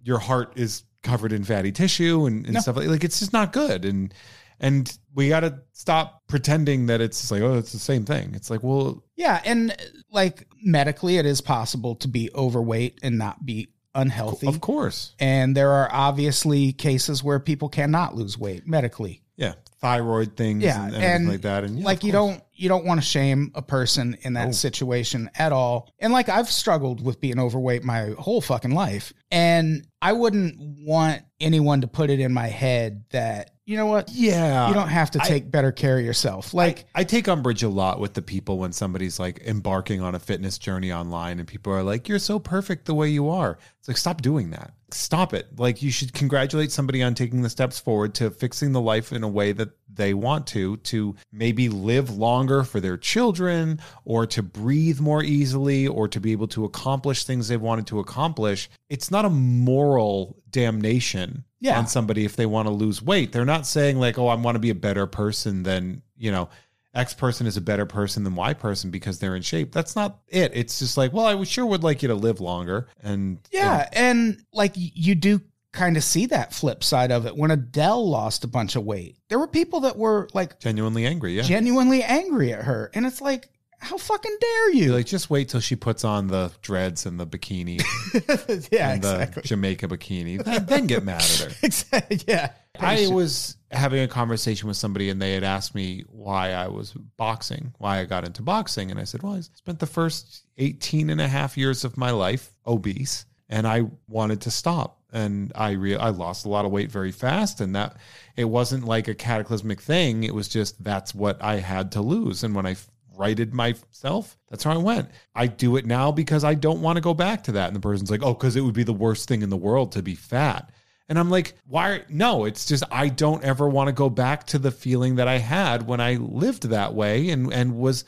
[SPEAKER 2] your heart is covered in fatty tissue and, and
[SPEAKER 1] No.
[SPEAKER 2] stuff like like it's just not good. And and we gotta stop pretending that it's just like, oh, it's the same thing. It's like, well,
[SPEAKER 1] yeah, and uh, like medically, it is possible to be overweight and not be unhealthy.
[SPEAKER 2] of course.
[SPEAKER 1] And there are obviously cases where people cannot lose weight medically.
[SPEAKER 2] yeah thyroid things
[SPEAKER 1] Yeah,
[SPEAKER 2] and,
[SPEAKER 1] and,
[SPEAKER 2] everything like that and yeah,
[SPEAKER 1] like
[SPEAKER 2] of
[SPEAKER 1] you
[SPEAKER 2] course.
[SPEAKER 1] don't you don't want to shame a person in that
[SPEAKER 2] Oh.
[SPEAKER 1] situation at all. And like I've struggled with being overweight my whole fucking life, and I wouldn't want anyone to put it in my head that you know what
[SPEAKER 2] yeah
[SPEAKER 1] you don't have to
[SPEAKER 2] I-
[SPEAKER 1] take better care of yourself. Like
[SPEAKER 2] I take umbrage a lot with the people when somebody's like embarking on a fitness journey online and people are like, you're so perfect the way you are. It's like, stop doing that. Stop it. Like, you should congratulate somebody on taking the steps forward to fixing the life in a way that they want to, to maybe live longer for their children or to breathe more easily or to be able to accomplish things they've wanted to accomplish. It's not a moral damnation
[SPEAKER 1] Yeah.
[SPEAKER 2] on somebody if they want to lose weight. They're not saying like, oh, I want to be a better person than, you know, X person is a better person than Y person because they're in shape. That's not it. It's just like, well, I would- sure would like you to live longer. And
[SPEAKER 1] Yeah, and like y- you do kind of see that flip side of it. When Adele lost a bunch of weight, there were people that were like
[SPEAKER 2] genuinely angry. Yeah.
[SPEAKER 1] genuinely angry at her, and it's like, how fucking dare
[SPEAKER 2] You're
[SPEAKER 1] you?
[SPEAKER 2] like, just wait till she puts on the dreads and the bikini,
[SPEAKER 1] yeah,
[SPEAKER 2] and uh, the
[SPEAKER 1] exactly.
[SPEAKER 2] Jamaica bikini, then, then get mad at her.
[SPEAKER 1] Exactly. yeah.
[SPEAKER 2] I was having a conversation with somebody and they had asked me why I was boxing, why I got into boxing. And I said, Well, I spent the first 18 and a half years of my life obese and I wanted to stop. And I re- I lost a lot of weight very fast, and that it wasn't like a cataclysmic thing. It was just that's what I had to lose. And when I righted myself, that's how I went. I do it now because I don't want to go back to that. And the person's like, "Oh, because it would be the worst thing in the world to be fat." And I'm like, why? No, it's just I don't ever want to go back to the feeling that I had when I lived that way and and was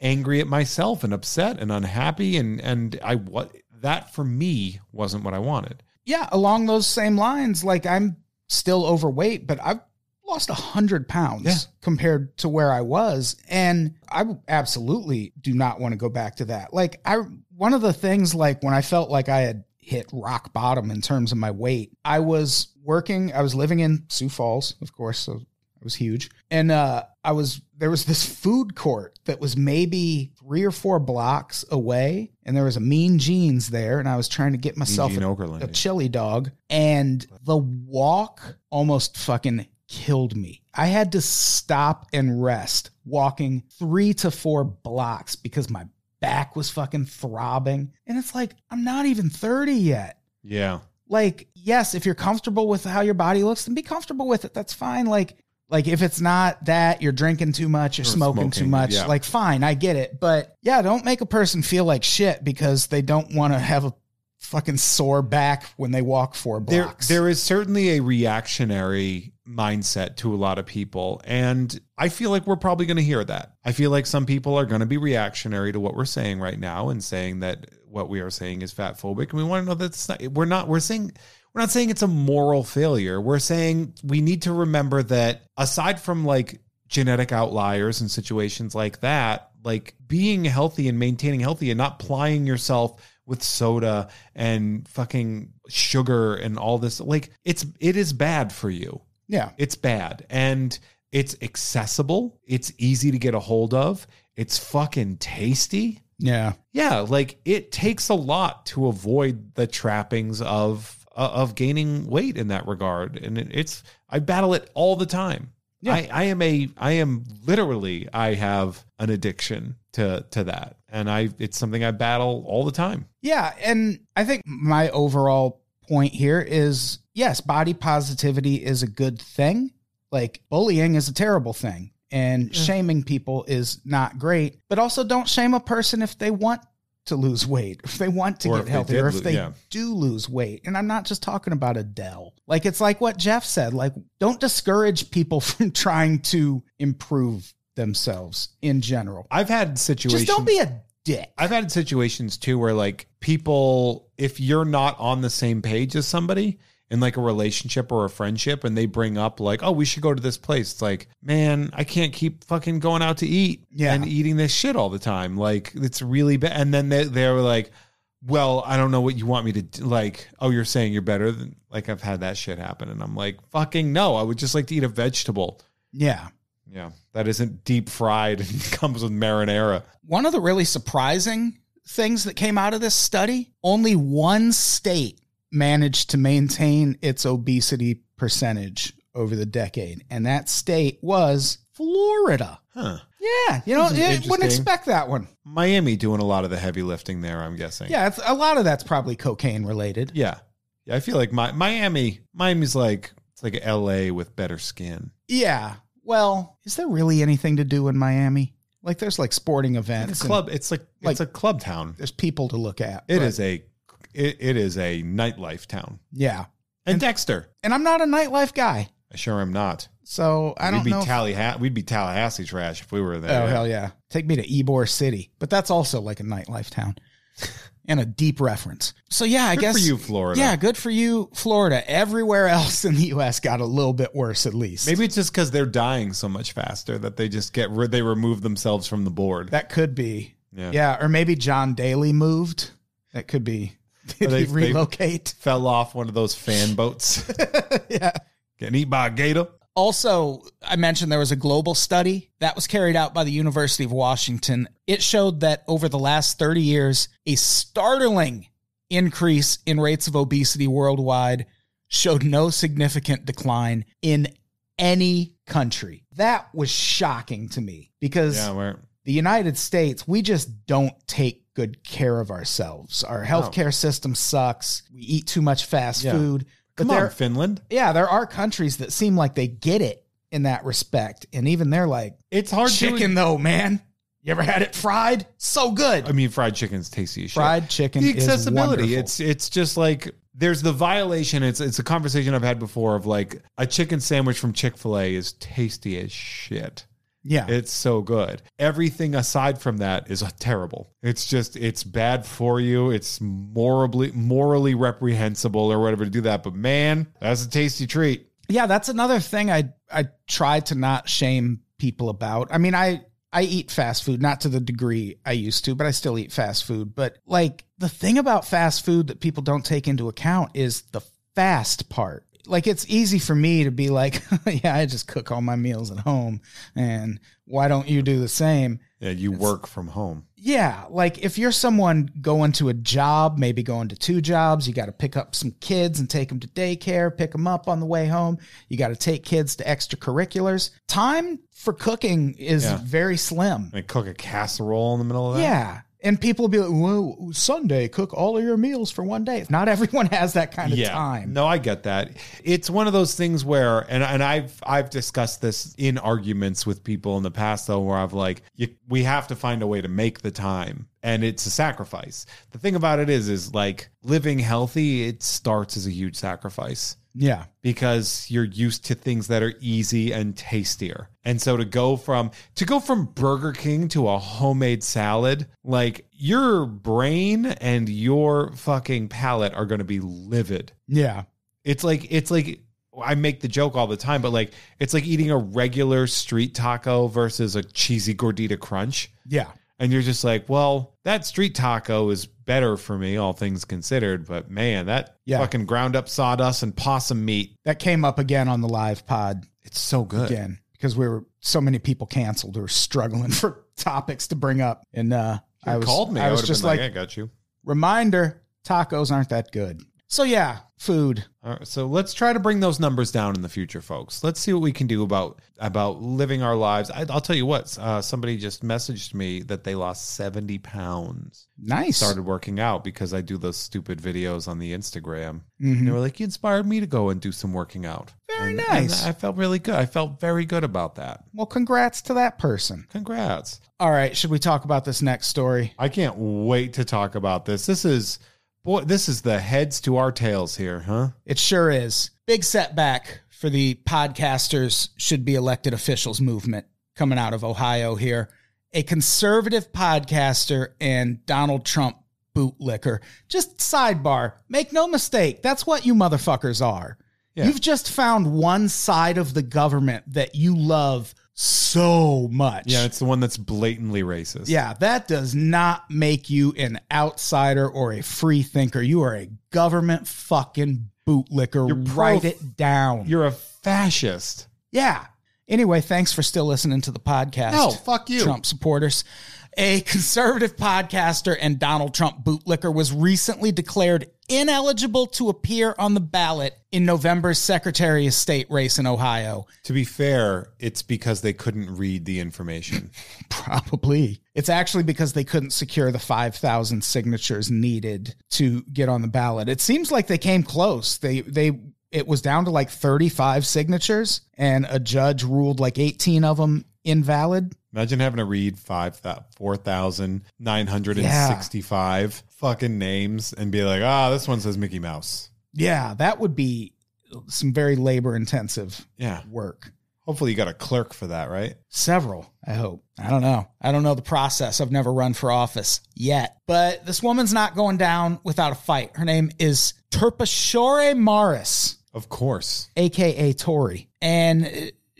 [SPEAKER 2] angry at myself and upset and unhappy and and I what that for me wasn't what I wanted.
[SPEAKER 1] yeah, along those same lines, like I'm still overweight, but I've lost a hundred pounds
[SPEAKER 2] Yeah.
[SPEAKER 1] compared to where I was. And I absolutely do not want to go back to that. Like I, one of the things, like when I felt like I had hit rock bottom in terms of my weight, I was working, I was living in Sioux Falls, of course. So it was huge. And uh, I was there was this food court that was maybe three or four blocks away, and there was a Mean Jeans there, and I was trying to get myself
[SPEAKER 2] Gene
[SPEAKER 1] a,
[SPEAKER 2] Okerlund,
[SPEAKER 1] a
[SPEAKER 2] yeah.
[SPEAKER 1] chili dog, and the walk almost fucking killed me. I had to stop and rest, walking three to four blocks because my back was fucking throbbing, and it's like I'm not even thirty yet
[SPEAKER 2] Yeah.
[SPEAKER 1] like yes if you're comfortable with how your body looks then be comfortable with it that's fine like like if it's not that you're drinking too much you're
[SPEAKER 2] Or
[SPEAKER 1] smoking, too
[SPEAKER 2] smoking,
[SPEAKER 1] much
[SPEAKER 2] yeah.
[SPEAKER 1] like fine i get it but yeah don't make a person feel like shit because they don't want to have a fucking sore back when they walk four blocks
[SPEAKER 2] There, there is certainly a reactionary mindset to a lot of people. And I feel like we're probably going to hear that. I feel like some people are going to be reactionary to what we're saying right now and saying that what we are saying is fat phobic, and we want to know that it's not. We're not. We're saying we're not saying it's a moral failure. We're saying we need to remember that aside from like genetic outliers and situations like that, like being healthy and maintaining healthy and not plying yourself with soda and fucking sugar and all this like it's it is bad for you
[SPEAKER 1] Yeah.
[SPEAKER 2] it's bad and it's accessible. It's easy to get a hold of. It's fucking tasty.
[SPEAKER 1] Yeah.
[SPEAKER 2] Yeah, like it takes a lot to avoid the trappings of uh, of gaining weight in that regard, and it- it's I battle it all the time.
[SPEAKER 1] Yeah.
[SPEAKER 2] I, I am a I am literally I have an addiction to to that, and I it's something I battle all the time.
[SPEAKER 1] Yeah, and I think my overall point here is yes, body positivity is a good thing. Like bullying is a terrible thing and
[SPEAKER 2] Mm-hmm.
[SPEAKER 1] shaming people is not great, but also don't shame a person if they want to lose weight, if they want to
[SPEAKER 2] Or if
[SPEAKER 1] get
[SPEAKER 2] they
[SPEAKER 1] healthier,
[SPEAKER 2] did
[SPEAKER 1] or
[SPEAKER 2] lo-
[SPEAKER 1] if they
[SPEAKER 2] yeah.
[SPEAKER 1] do lose weight. And I'm not just talking about Adele. Like it's like what Jeff said, like don't discourage people from trying to improve themselves in general.
[SPEAKER 2] I've had situations.
[SPEAKER 1] Just don't be a dick.
[SPEAKER 2] I've had situations too where like people, if you're not on the same page as somebody in like a relationship or a friendship, and they bring up like, "Oh, we should go to this place," it's like, man, I can't keep fucking going out to eat
[SPEAKER 1] Yeah.
[SPEAKER 2] and eating this shit all the time. Like it's really bad. And then they they were like, "Well, I don't know what you want me to do. like." Oh, you're saying you're better than like I've had that shit happen, and I'm like, fucking no, I would just like to eat a vegetable.
[SPEAKER 1] Yeah.
[SPEAKER 2] Yeah, that isn't deep fried and comes with marinara.
[SPEAKER 1] one of the really surprising things that came out of this study only one state managed to maintain its obesity percentage over the decade and that state was florida
[SPEAKER 2] Huh.
[SPEAKER 1] yeah you know
[SPEAKER 2] This is
[SPEAKER 1] you
[SPEAKER 2] interesting.
[SPEAKER 1] wouldn't expect that one
[SPEAKER 2] Miami doing a lot of the heavy lifting there, I'm guessing.
[SPEAKER 1] yeah it's, a lot of that's probably cocaine related
[SPEAKER 2] Yeah. Yeah, I feel like my Miami Miami's like it's like LA with better skin.
[SPEAKER 1] yeah well is there really anything to do in miami like there's like sporting
[SPEAKER 2] It's
[SPEAKER 1] events and
[SPEAKER 2] club it's like,
[SPEAKER 1] like-
[SPEAKER 2] it's a club town.
[SPEAKER 1] there's people to look at
[SPEAKER 2] It
[SPEAKER 1] but-
[SPEAKER 2] is a it, it is a nightlife town.
[SPEAKER 1] yeah
[SPEAKER 2] And, Dexter.
[SPEAKER 1] and i'm not a nightlife guy
[SPEAKER 2] I sure am not.
[SPEAKER 1] so i
[SPEAKER 2] we'd
[SPEAKER 1] don't
[SPEAKER 2] be
[SPEAKER 1] know if-
[SPEAKER 2] Tallahassee we'd be Tallahassee trash if we were there.
[SPEAKER 1] Oh hell yeah! Take me to Ybor City, but that's also like a nightlife town, and a deep reference. So yeah, I
[SPEAKER 2] Good
[SPEAKER 1] guess
[SPEAKER 2] for you, Florida.
[SPEAKER 1] Yeah, good for you, Florida. Everywhere else in the U.S. got a little bit worse, at least.
[SPEAKER 2] Maybe it's just because they're dying so much faster that they just get rid they remove themselves from the board.
[SPEAKER 1] that could be.
[SPEAKER 2] Yeah.
[SPEAKER 1] Yeah. or maybe John Daly moved. That could be. Did
[SPEAKER 2] They-
[SPEAKER 1] he
[SPEAKER 2] they-
[SPEAKER 1] relocate?
[SPEAKER 2] Fell off one of those fan boats.
[SPEAKER 1] yeah.
[SPEAKER 2] Getting eat by a gator.
[SPEAKER 1] Also, I mentioned there was a global study that was carried out by the University of Washington. It showed that over the last 30 years, a startling increase in rates of obesity worldwide showed no significant decline in any country. That was shocking to me because
[SPEAKER 2] Yeah, where
[SPEAKER 1] the United States, we just don't take good care of ourselves. Our healthcare system sucks. We eat too much fast
[SPEAKER 2] Yeah.
[SPEAKER 1] food.
[SPEAKER 2] Come
[SPEAKER 1] there-
[SPEAKER 2] on, Finland.
[SPEAKER 1] yeah, there are countries that seem like they get it in that respect, and even they're like
[SPEAKER 2] It's hard to
[SPEAKER 1] chicken though, man. You ever had it fried? So good.
[SPEAKER 2] I mean, fried chicken's tasty as shit.
[SPEAKER 1] fried chicken.
[SPEAKER 2] the
[SPEAKER 1] is
[SPEAKER 2] accessibility.
[SPEAKER 1] wonderful.
[SPEAKER 2] it's it's just like there's the violation. It's it's a conversation I've had before of like a chicken sandwich from Chick Fil A is tasty as shit.
[SPEAKER 1] yeah,
[SPEAKER 2] It's so good. Everything aside from that is terrible. It's just it's bad for you. It's morally morally reprehensible or whatever to do that. But man, that's a tasty treat.
[SPEAKER 1] yeah. That's another thing I I try to not shame people about. I mean, I I eat fast food, not to the degree I used to, but I still eat fast food. But like the thing about fast food that people don't take into account is the fast part. Like it's easy for me to be like, yeah, I just cook all my meals at home, and why don't you do the same?
[SPEAKER 2] Yeah, you work from home.
[SPEAKER 1] Yeah, like if you're someone going to a job, maybe going to two jobs, you got to pick up some kids and take them to daycare, pick them up on the way home. You got to take kids to extracurriculars. Time for cooking is
[SPEAKER 2] Yeah.
[SPEAKER 1] very slim.
[SPEAKER 2] I cook a casserole in the middle of that.
[SPEAKER 1] Yeah. And people be like, Whoa, Sunday, cook all of your meals for one day. Not everyone has that kind of time.
[SPEAKER 2] No, I get that. It's one of those things where, and and I've I've discussed this in arguments with people in the past though, where I've like, you, we have to find a way to make the time. and it's a sacrifice. The thing about it is, is like living healthy, it starts as a huge sacrifice
[SPEAKER 1] Yeah.
[SPEAKER 2] because you're used to things that are easy and tastier. And so to go from to go from Burger King to a homemade salad, like your brain and your fucking palate are going to be livid.
[SPEAKER 1] Yeah.
[SPEAKER 2] It's like it's like I make the joke all the time, but like it's like eating a regular street taco versus a cheesy gordita crunch
[SPEAKER 1] Yeah.
[SPEAKER 2] and you're just like, well, that street taco is better for me, all things considered. But man, that
[SPEAKER 1] Yeah.
[SPEAKER 2] fucking ground up sawdust and possum meat,
[SPEAKER 1] That came up again on the live pod
[SPEAKER 2] it's so good.
[SPEAKER 1] again because we were so many people canceled or struggling for topics to bring up. And uh, I
[SPEAKER 2] You
[SPEAKER 1] was
[SPEAKER 2] called me.
[SPEAKER 1] I was
[SPEAKER 2] would've
[SPEAKER 1] just
[SPEAKER 2] been
[SPEAKER 1] like,
[SPEAKER 2] I got you.
[SPEAKER 1] reminder: tacos aren't that good. So yeah, food.
[SPEAKER 2] All right, so let's try to bring those numbers down in the future, folks. Let's see what we can do about about living our lives. I, I'll tell you what. Uh, somebody just messaged me that they lost seventy pounds.
[SPEAKER 1] Nice.
[SPEAKER 2] Started working out because I do those stupid videos on the Instagram. And
[SPEAKER 1] Mhm.
[SPEAKER 2] they were like, "You inspired me to go and do some working out."
[SPEAKER 1] Very
[SPEAKER 2] And-
[SPEAKER 1] nice.
[SPEAKER 2] and I felt really good. I felt very good about that.
[SPEAKER 1] Well, congrats to that person.
[SPEAKER 2] Congrats.
[SPEAKER 1] All right, should we talk about this next story?
[SPEAKER 2] I can't wait to talk about this. This is boy, this is the heads to our tails here, huh?
[SPEAKER 1] It sure is. Big setback for the podcasters should be elected officials movement coming out of Ohio here. A conservative podcaster and Donald Trump bootlicker. Just sidebar, make no mistake, that's what you motherfuckers are.
[SPEAKER 2] Yeah.
[SPEAKER 1] You've just found one side of the government that you love so much.
[SPEAKER 2] Yeah, it's the one that's blatantly racist.
[SPEAKER 1] Yeah, that does not make you an outsider or a free thinker. You are a government fucking bootlicker.
[SPEAKER 2] You're pro-
[SPEAKER 1] Write it down.
[SPEAKER 2] You're a fascist.
[SPEAKER 1] yeah. Anyway, thanks for still listening to the podcast.
[SPEAKER 2] No, fuck you.
[SPEAKER 1] Trump supporters. A conservative podcaster and Donald Trump bootlicker was recently declared ineligible to appear on the ballot in November's Secretary of State race in Ohio.
[SPEAKER 2] To be fair, it's because they couldn't read the information.
[SPEAKER 1] Probably. It's actually because they couldn't secure the 5,000 signatures needed to get on the ballot. It seems like they came close. They, they, it was down to like 35 signatures, and a judge ruled like 18 of them invalid.
[SPEAKER 2] Imagine having to read five four thousand nine hundred and sixty-five fucking names and be like, ah, this one says Mickey Mouse.
[SPEAKER 1] Yeah, that would be some very labor intensive
[SPEAKER 2] Yeah.
[SPEAKER 1] work.
[SPEAKER 2] Hopefully you got a clerk for that, right?
[SPEAKER 1] Several, I hope. I don't know. I don't know the process. I've never run for office yet. But this woman's not going down without a fight. Her name is Terpashore Morris.
[SPEAKER 2] Of course.
[SPEAKER 1] aka Tory. And uh,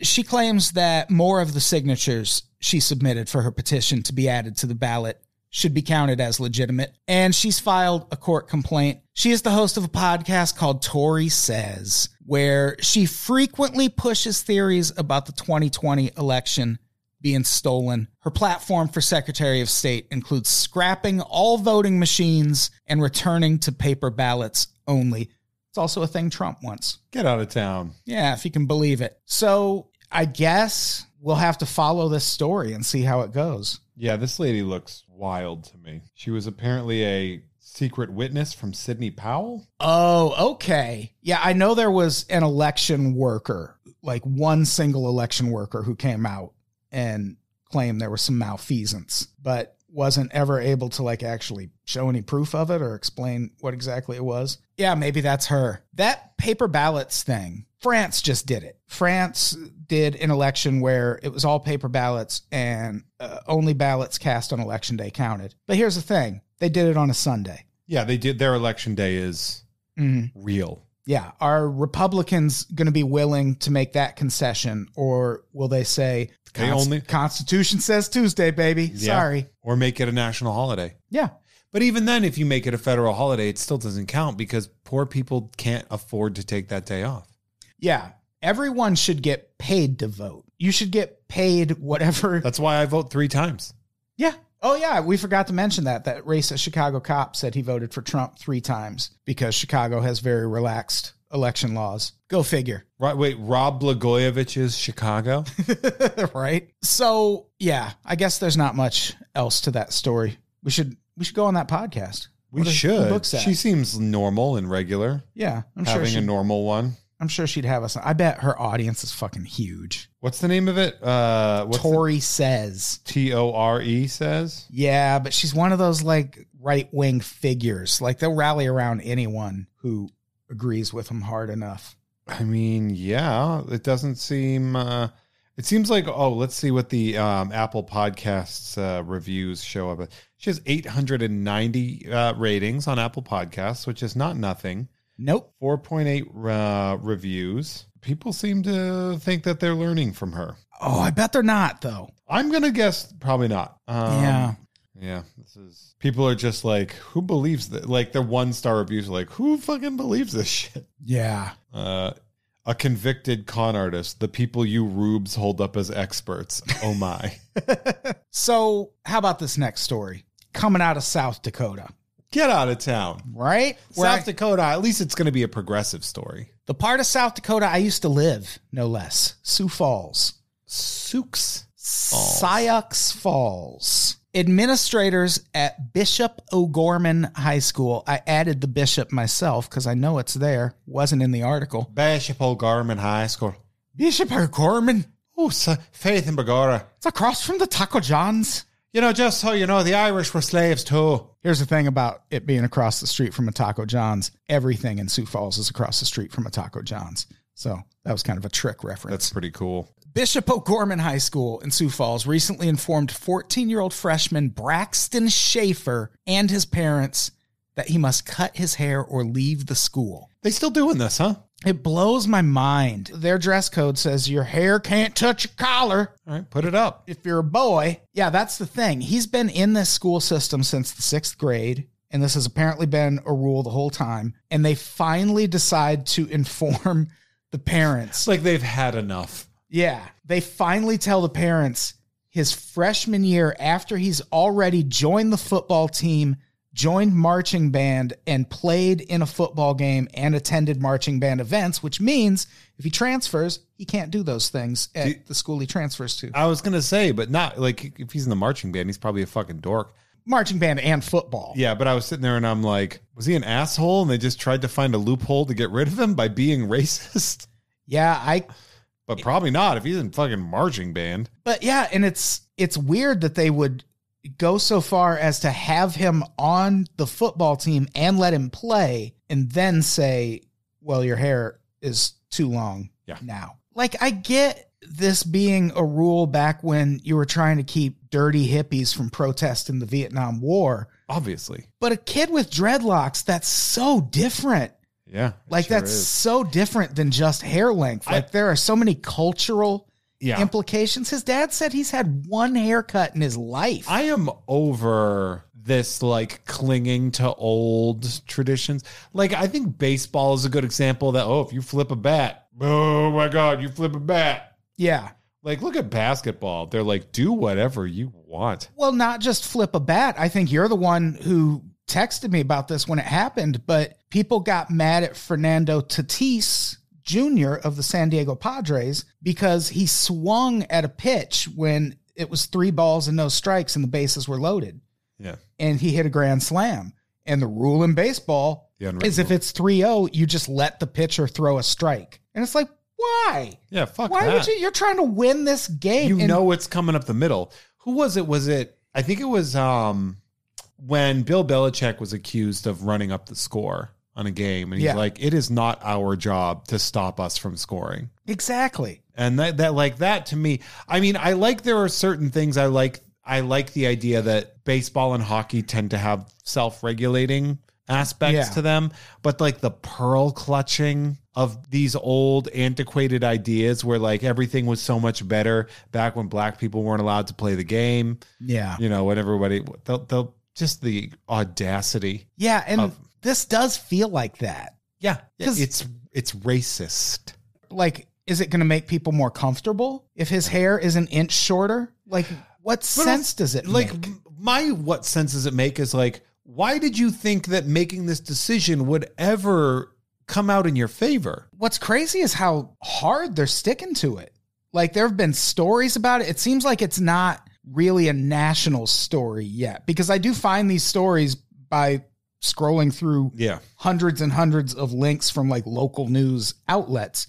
[SPEAKER 1] she claims that more of the signatures she submitted for her petition to be added to the ballot should be counted as legitimate. And she's filed a court complaint. She is the host of a podcast called Tory Says, where she frequently pushes theories about the 2020 election being stolen. Her platform for Secretary of State includes scrapping all voting machines and returning to paper ballots only. It's also a thing Trump wants.
[SPEAKER 2] Get out of town.
[SPEAKER 1] Yeah, if you can believe it. So I guess we'll have to follow this story and see how it goes.
[SPEAKER 2] Yeah, this lady looks wild to me. She was apparently a secret witness from Sidney Powell.
[SPEAKER 1] Oh, okay. Yeah, I know there was an election worker, like one single election worker who came out and claimed there was some malfeasance, but wasn't ever able to like actually show any proof of it or explain what exactly it was. Yeah, maybe that's her. That paper ballots thing. France just did it. France did an election where it was all paper ballots and uh, only ballots cast on election day counted. But here's the thing. They did it on a Sunday.
[SPEAKER 2] Yeah, they did. Their election day is
[SPEAKER 1] Mhm.
[SPEAKER 2] real.
[SPEAKER 1] Yeah. Are Republicans going to be willing to make that concession or will they say,
[SPEAKER 2] They
[SPEAKER 1] "Const-
[SPEAKER 2] only-
[SPEAKER 1] Constitution says Tuesday, baby?
[SPEAKER 2] Yeah.
[SPEAKER 1] Sorry.
[SPEAKER 2] Or make it a national holiday.
[SPEAKER 1] Yeah.
[SPEAKER 2] But even then, if you make it a federal holiday, it still doesn't count because poor people can't afford to take that day off.
[SPEAKER 1] Yeah. Everyone should get paid to vote. You should get paid whatever.
[SPEAKER 2] That's why I vote three times.
[SPEAKER 1] yeah. Oh, yeah. We forgot to mention that. That racist Chicago cop said he voted for Trump three times because Chicago has very relaxed election laws. Go figure.
[SPEAKER 2] Right? Wait, Rob Blagojevich's Chicago?
[SPEAKER 1] right? So yeah, I guess there's not much else to that story. We should we should go on that podcast.
[SPEAKER 2] We
[SPEAKER 1] What are- what
[SPEAKER 2] should.
[SPEAKER 1] Books that?
[SPEAKER 2] She seems normal and regular,
[SPEAKER 1] yeah, I'm sure
[SPEAKER 2] having
[SPEAKER 1] she,
[SPEAKER 2] a normal one.
[SPEAKER 1] I'm sure she'd have us. I bet her audience is fucking huge.
[SPEAKER 2] What's the name of it? Uh, what's
[SPEAKER 1] Tori says.
[SPEAKER 2] T O R E says.
[SPEAKER 1] Yeah, but she's one of those like right wing figures. Like they'll rally around anyone who agrees with them hard enough.
[SPEAKER 2] I mean, yeah, it doesn't seem. Uh, it seems like oh, let's see what the um, Apple Podcasts uh, reviews show up. She has 890 uh, ratings on Apple Podcasts, which is not nothing.
[SPEAKER 1] Nope.
[SPEAKER 2] 4.8 uh, reviews. People seem to think that they're learning from her.
[SPEAKER 1] Oh, I bet they're not though.
[SPEAKER 2] I'm gonna guess probably not. Um,
[SPEAKER 1] yeah.
[SPEAKER 2] yeah. This is people are just like, who believes that? Like their one star reviews, are like who fucking believes this shit?
[SPEAKER 1] Yeah.
[SPEAKER 2] Uh, a convicted con artist. The people you rubes hold up as experts. Oh my.
[SPEAKER 1] So, how about this next story? Coming out of South Dakota,
[SPEAKER 2] Get out of town.
[SPEAKER 1] right? Where I-
[SPEAKER 2] South Dakota. At least it's going to be a progressive story.
[SPEAKER 1] the part of South Dakota I used to live, no less. Sioux Falls.
[SPEAKER 2] Sooks.
[SPEAKER 1] Syux Falls. Administrators at Bishop O'Gorman High School. I added the bishop myself because I know it's there. Wasn't in the article.
[SPEAKER 2] Bishop O'Gorman High School.
[SPEAKER 1] Bishop O'Gorman.
[SPEAKER 2] Oh, so Faith in Begorra.
[SPEAKER 1] It's across from the Taco John's.
[SPEAKER 2] You know, just so you know, the Irish were slaves too.
[SPEAKER 1] Here's the thing about it being across the street from a Taco John's. Everything in Sioux Falls is across the street from a Taco John's. So that was kind of a trick reference.
[SPEAKER 2] That's pretty cool.
[SPEAKER 1] Bishop O'Gorman High School in Sioux Falls recently informed 14 year old freshman Braxton Schaefer and his parents that he must cut his hair or leave the school.
[SPEAKER 2] They still doing this, huh?
[SPEAKER 1] It blows my mind. Their dress code says your hair can't touch your collar
[SPEAKER 2] All right, put it up.
[SPEAKER 1] if you're a boy. Yeah, that's the thing. He's been in this school system since the sixth grade, and this has apparently been a rule the whole time. And they finally decide to inform the parents.
[SPEAKER 2] It's like they've had enough.
[SPEAKER 1] Yeah. They finally tell the parents his freshman year after he's already joined the football team, joined marching band, and played in a football game and attended marching band events, which means if he transfers, he can't do those things at
[SPEAKER 2] Do-
[SPEAKER 1] the school he transfers to.
[SPEAKER 2] I was gonna say, but not like if he's in the marching band, he's probably a fucking dork.
[SPEAKER 1] Marching band and football.
[SPEAKER 2] Yeah, but I was sitting there and I'm like, was he an asshole? And they just tried to find a loophole to get rid of him by being racist.
[SPEAKER 1] Yeah, I
[SPEAKER 2] But probably not if he's in fucking marching band.
[SPEAKER 1] but yeah, and it's it's weird that they would go so far as to have him on the football team and let him play and then say, "Well, your hair is too long
[SPEAKER 2] Yeah.
[SPEAKER 1] now." Like I get this being a rule back when you were trying to keep dirty hippies from protesting the Vietnam War,
[SPEAKER 2] Obviously.
[SPEAKER 1] but a kid with dreadlocks that's so different.
[SPEAKER 2] Yeah. it
[SPEAKER 1] Like
[SPEAKER 2] sure
[SPEAKER 1] that's
[SPEAKER 2] is.
[SPEAKER 1] so different than just hair length.
[SPEAKER 2] I-
[SPEAKER 1] Like there are so many cultural
[SPEAKER 2] yeah.
[SPEAKER 1] implications. His dad said he's had one haircut in his life.
[SPEAKER 2] I am over this like clinging to old traditions. Like I think baseball is a good example that oh, if you flip a bat, oh my god, you flip a bat.
[SPEAKER 1] yeah.
[SPEAKER 2] Like look at basketball. They're like do whatever you want.
[SPEAKER 1] Well, not just flip a bat. I think you're the one who texted me about this when it happened, but people got mad at Fernando Tatis Jr. of the San Diego Padres because he swung at a pitch when it was three balls and no strikes and the bases were loaded.
[SPEAKER 2] Yeah.
[SPEAKER 1] And he hit a grand slam. And the rule in baseball
[SPEAKER 2] The unwritten
[SPEAKER 1] is if
[SPEAKER 2] rule.
[SPEAKER 1] it's 3 0, you just let the pitcher throw a strike. And it's like, why?
[SPEAKER 2] Yeah, fuck
[SPEAKER 1] Why
[SPEAKER 2] that.
[SPEAKER 1] would you? You're trying to win this game.
[SPEAKER 2] you
[SPEAKER 1] and-
[SPEAKER 2] know it's coming up the middle. Who was it? Was it? I think it was um when Bill Belichick was accused of running up the score on a game, and he's
[SPEAKER 1] Yeah.
[SPEAKER 2] like, "It is not our job to stop us from scoring."
[SPEAKER 1] exactly.
[SPEAKER 2] And that that like that to me, I mean, I like there are certain things I like. I like the idea that baseball and hockey tend to have self-regulating aspects
[SPEAKER 1] Yeah.
[SPEAKER 2] to them, but like the pearl clutching of these old antiquated ideas where like everything was so much better back when black people weren't allowed to play the game,
[SPEAKER 1] Yeah.
[SPEAKER 2] you know, when everybody they'll, they'll just the audacity.
[SPEAKER 1] Yeah, and
[SPEAKER 2] Of-
[SPEAKER 1] this does feel like that.
[SPEAKER 2] Yeah,
[SPEAKER 1] 'Cause-
[SPEAKER 2] it's it's racist.
[SPEAKER 1] Like, is it going to make people more comfortable if his hair is an inch shorter? Like, what sense
[SPEAKER 2] it's-
[SPEAKER 1] does it
[SPEAKER 2] like
[SPEAKER 1] make?
[SPEAKER 2] m- my what sense does it make is like why did you think that making this decision would ever come out in your favor
[SPEAKER 1] What's crazy is how hard they're sticking to it. Like, there have been stories about it. It seems like it's not really a national story yet because I do find these stories by scrolling through
[SPEAKER 2] Yeah.
[SPEAKER 1] hundreds and hundreds of links from like local news outlets.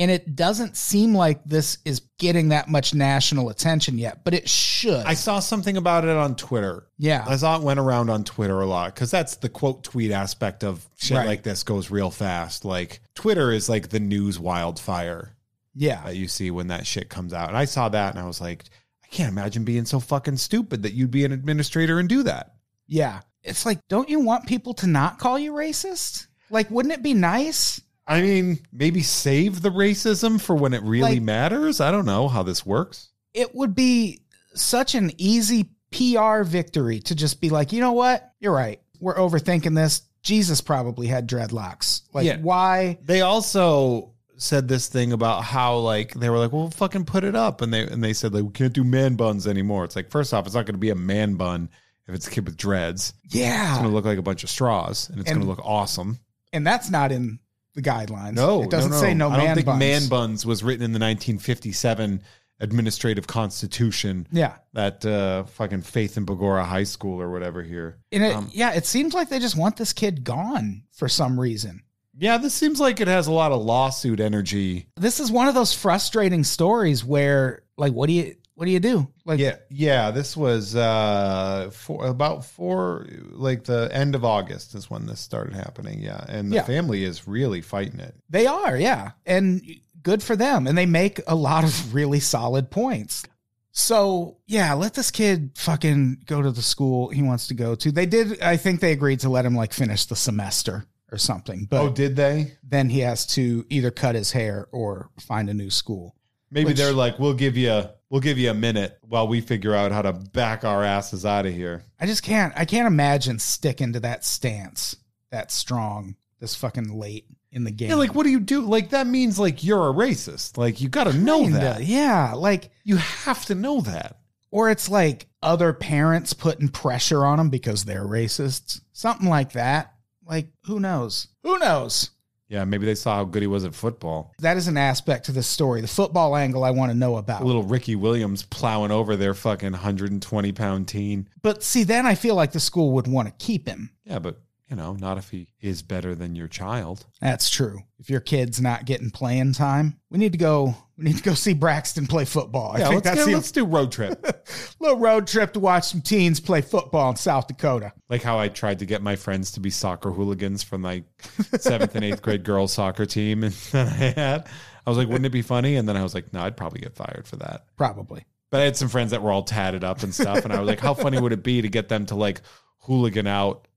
[SPEAKER 1] And it doesn't seem like this is getting that much national attention yet, but it should.
[SPEAKER 2] I saw something about it on Twitter.
[SPEAKER 1] Yeah.
[SPEAKER 2] I saw it went around on Twitter a lot because that's the quote tweet aspect of shit
[SPEAKER 1] Right.
[SPEAKER 2] like this goes real fast. Like Twitter is like the news wildfire
[SPEAKER 1] yeah.
[SPEAKER 2] that you see when that shit comes out. And I saw that and I was like, I can't imagine being so fucking stupid that you'd be an administrator and do that.
[SPEAKER 1] Yeah. It's like, don't you want people to not call you racist? Like, wouldn't it be nice?
[SPEAKER 2] I mean, maybe save the racism for when it really
[SPEAKER 1] Like-
[SPEAKER 2] matters. I don't know how this works.
[SPEAKER 1] It would be such an easy PR victory to just be like, you know what? You're right. We're overthinking this. Jesus probably had dreadlocks. Like,
[SPEAKER 2] Yeah.
[SPEAKER 1] why?
[SPEAKER 2] They also said this thing about how like they were like, "Well, fucking put it up," and they and they said like, "We can't do man buns anymore." It's like, first off, it's not going to be a man bun if it's a kid with dreads. It's going
[SPEAKER 1] Yeah.
[SPEAKER 2] to look like a bunch of straws, and it's
[SPEAKER 1] And-
[SPEAKER 2] going to look awesome.
[SPEAKER 1] And that's not in the guidelines.
[SPEAKER 2] No,
[SPEAKER 1] it doesn't say no
[SPEAKER 2] I
[SPEAKER 1] man
[SPEAKER 2] don't think
[SPEAKER 1] buns.
[SPEAKER 2] man buns was written in the 1957 administrative constitution.
[SPEAKER 1] Yeah.
[SPEAKER 2] That uh, fucking Faith in Bogora High School or whatever here.
[SPEAKER 1] And it,
[SPEAKER 2] Um,
[SPEAKER 1] yeah, it seems like they just want this kid gone for some reason.
[SPEAKER 2] Yeah, this seems like it has a lot of lawsuit energy.
[SPEAKER 1] This is one of those frustrating stories where, like, what do you what do you do? Like,
[SPEAKER 2] Yeah, yeah. This was uh for about four, like the end of August is when this started happening. Yeah, and the
[SPEAKER 1] Yeah.
[SPEAKER 2] family is really fighting it.
[SPEAKER 1] They are, yeah. And good for them. And they make a lot of really solid points. So, yeah, let this kid fucking go to the school he wants to go to. They did, I think they agreed to let him like finish the semester or something. But
[SPEAKER 2] oh, did they?
[SPEAKER 1] then he has to either cut his hair or find a new school.
[SPEAKER 2] Maybe
[SPEAKER 1] Which-
[SPEAKER 2] they're like, we'll give you, we'll give you a minute while we figure out how to back our asses out of here.
[SPEAKER 1] I just can't, I can't imagine sticking to that stance that strong this fucking late in the game.
[SPEAKER 2] Yeah, like what do you do? Like that means like you're a racist. Like you got to know
[SPEAKER 1] Kinda,
[SPEAKER 2] that.
[SPEAKER 1] Yeah. Like,
[SPEAKER 2] You have to know that.
[SPEAKER 1] or it's like other parents putting pressure on them because they're racists, something like that. Like, who knows? Who knows?
[SPEAKER 2] Yeah, maybe they saw how good he was at football.
[SPEAKER 1] That is an aspect to this story, the football angle I want to know about.
[SPEAKER 2] Little Ricky Williams plowing over their fucking 120 pound teen.
[SPEAKER 1] But see, then I feel like the school would want to keep him.
[SPEAKER 2] Yeah, but you know, not if he is better than your child.
[SPEAKER 1] That's true. If your kid's not getting playing time, we need to go. We need to go see Braxton play football. I
[SPEAKER 2] yeah,
[SPEAKER 1] think
[SPEAKER 2] let's,
[SPEAKER 1] that's
[SPEAKER 2] go-
[SPEAKER 1] the
[SPEAKER 2] let's do road trip.
[SPEAKER 1] little road trip to watch some teens play football in South Dakota.
[SPEAKER 2] like how I tried to get my friends to be soccer hooligans from my seventh and eighth grade girls soccer team, and then I had, I was like, wouldn't it be funny? And then I was like, no, I'd probably get fired for that.
[SPEAKER 1] Probably.
[SPEAKER 2] But I had some friends that were all tatted up and stuff, and I was like, how funny would it be to get them to like hooligan out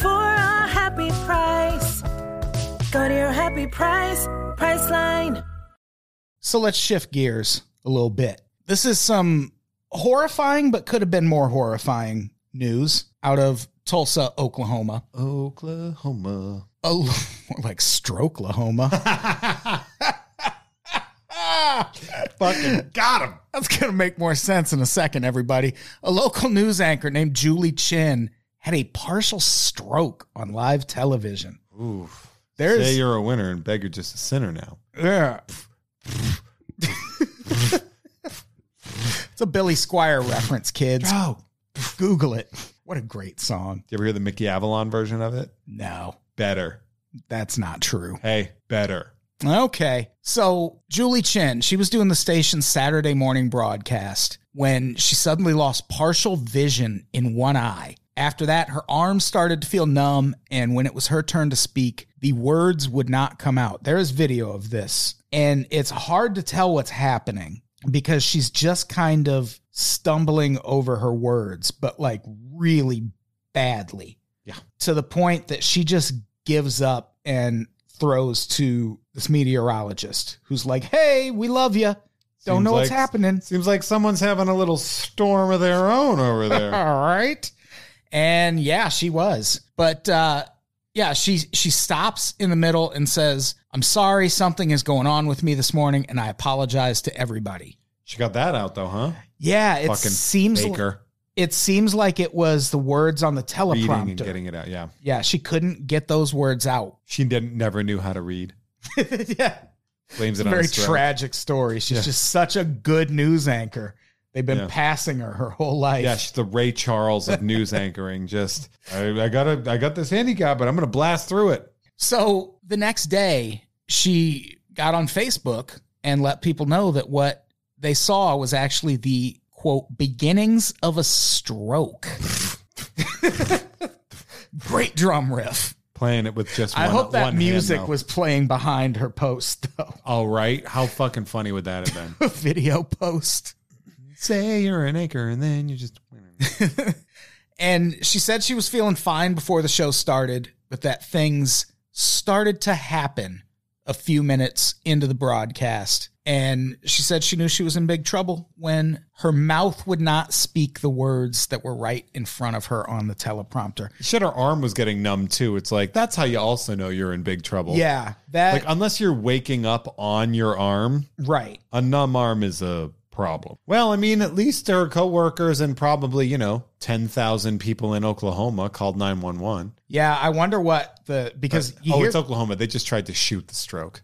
[SPEAKER 3] for a happy price. Go to your happy price, Priceline.
[SPEAKER 1] So let's shift gears a little bit. This is some horrifying, but could have been more horrifying news out of Tulsa, Oklahoma.
[SPEAKER 2] Oklahoma.
[SPEAKER 1] Oh, more like Strokelahoma.
[SPEAKER 2] Fucking got him.
[SPEAKER 1] That's going to make more sense in a second, everybody. A local news anchor named Julie Chin had a partial stroke on live television.
[SPEAKER 2] Oof.
[SPEAKER 1] There's
[SPEAKER 2] Say you're a winner and beg you're just a sinner now.
[SPEAKER 1] Yeah. it's a Billy Squire reference, kids.
[SPEAKER 2] Oh.
[SPEAKER 1] Google it. What a great song.
[SPEAKER 2] You ever hear the Mickey Avalon version of it?
[SPEAKER 1] No,
[SPEAKER 2] Better.
[SPEAKER 1] that's not true.
[SPEAKER 2] Hey, better.
[SPEAKER 1] Okay. So, Julie Chen, she was doing the station's Saturday morning broadcast when she suddenly lost partial vision in one eye. After that, her arms started to feel numb, and when it was her turn to speak, the words would not come out. There is video of this, and it's hard to tell what's happening because she's just kind of stumbling over her words, but like really badly to the point that she just gives up and throws to this meteorologist who's like, Hey, we love you. Don't
[SPEAKER 2] Seems
[SPEAKER 1] know what's
[SPEAKER 2] like-
[SPEAKER 1] happening.
[SPEAKER 2] Seems like someone's having a little storm of their own over there.
[SPEAKER 1] All right. And yeah, she was. But uh, Yeah, she she stops in the middle and says, "I'm sorry, something is going on with me this morning, and I apologize to everybody."
[SPEAKER 2] She got that out though, huh?
[SPEAKER 1] Yeah, it
[SPEAKER 2] Fucking
[SPEAKER 1] seems
[SPEAKER 2] Baker
[SPEAKER 1] it seems like it was the words on the
[SPEAKER 2] reading and
[SPEAKER 1] teleprompter.
[SPEAKER 2] getting it out. Yeah,
[SPEAKER 1] yeah, she couldn't get those words out.
[SPEAKER 2] she didn't never knew how to read.
[SPEAKER 1] yeah,
[SPEAKER 2] Blames it on
[SPEAKER 1] very
[SPEAKER 2] his throat.
[SPEAKER 1] tragic story. She's
[SPEAKER 2] Yeah.
[SPEAKER 1] just such a good news anchor. They've been
[SPEAKER 2] Yeah.
[SPEAKER 1] passing her her whole life.
[SPEAKER 2] Yeah, she's the Ray Charles of news anchoring. Just I, I got to I got this handicap, but I'm gonna blast through it.
[SPEAKER 1] So the next day, she got on Facebook and let people know that what they saw was actually the quote beginnings of a stroke. Great drum riff.
[SPEAKER 2] Playing it with just. One,
[SPEAKER 1] I hope
[SPEAKER 2] one
[SPEAKER 1] that
[SPEAKER 2] hand,
[SPEAKER 1] music
[SPEAKER 2] though.
[SPEAKER 1] was playing behind her post though.
[SPEAKER 2] all right. How fucking funny would that have been?
[SPEAKER 1] A video post.
[SPEAKER 2] Say you're an anchor, and then you just.
[SPEAKER 1] And she said she was feeling fine before the show started, but that things started to happen a few minutes into the broadcast. And she said she knew she was in big trouble when her mouth would not speak the words that were right in front of her on the teleprompter.
[SPEAKER 2] Shit, her arm was getting numb too. It's like that's how you also know you're in big trouble.
[SPEAKER 1] Yeah, that
[SPEAKER 2] Like unless you're waking up on your arm,
[SPEAKER 1] right.
[SPEAKER 2] a numb arm is a problem. Well, I mean, at least her coworkers and probably, you know, 10,000 people in Oklahoma called 911.
[SPEAKER 1] Yeah, I wonder what the because you
[SPEAKER 2] oh,
[SPEAKER 1] hear-
[SPEAKER 2] it's Oklahoma. They just tried to shoot the stroke.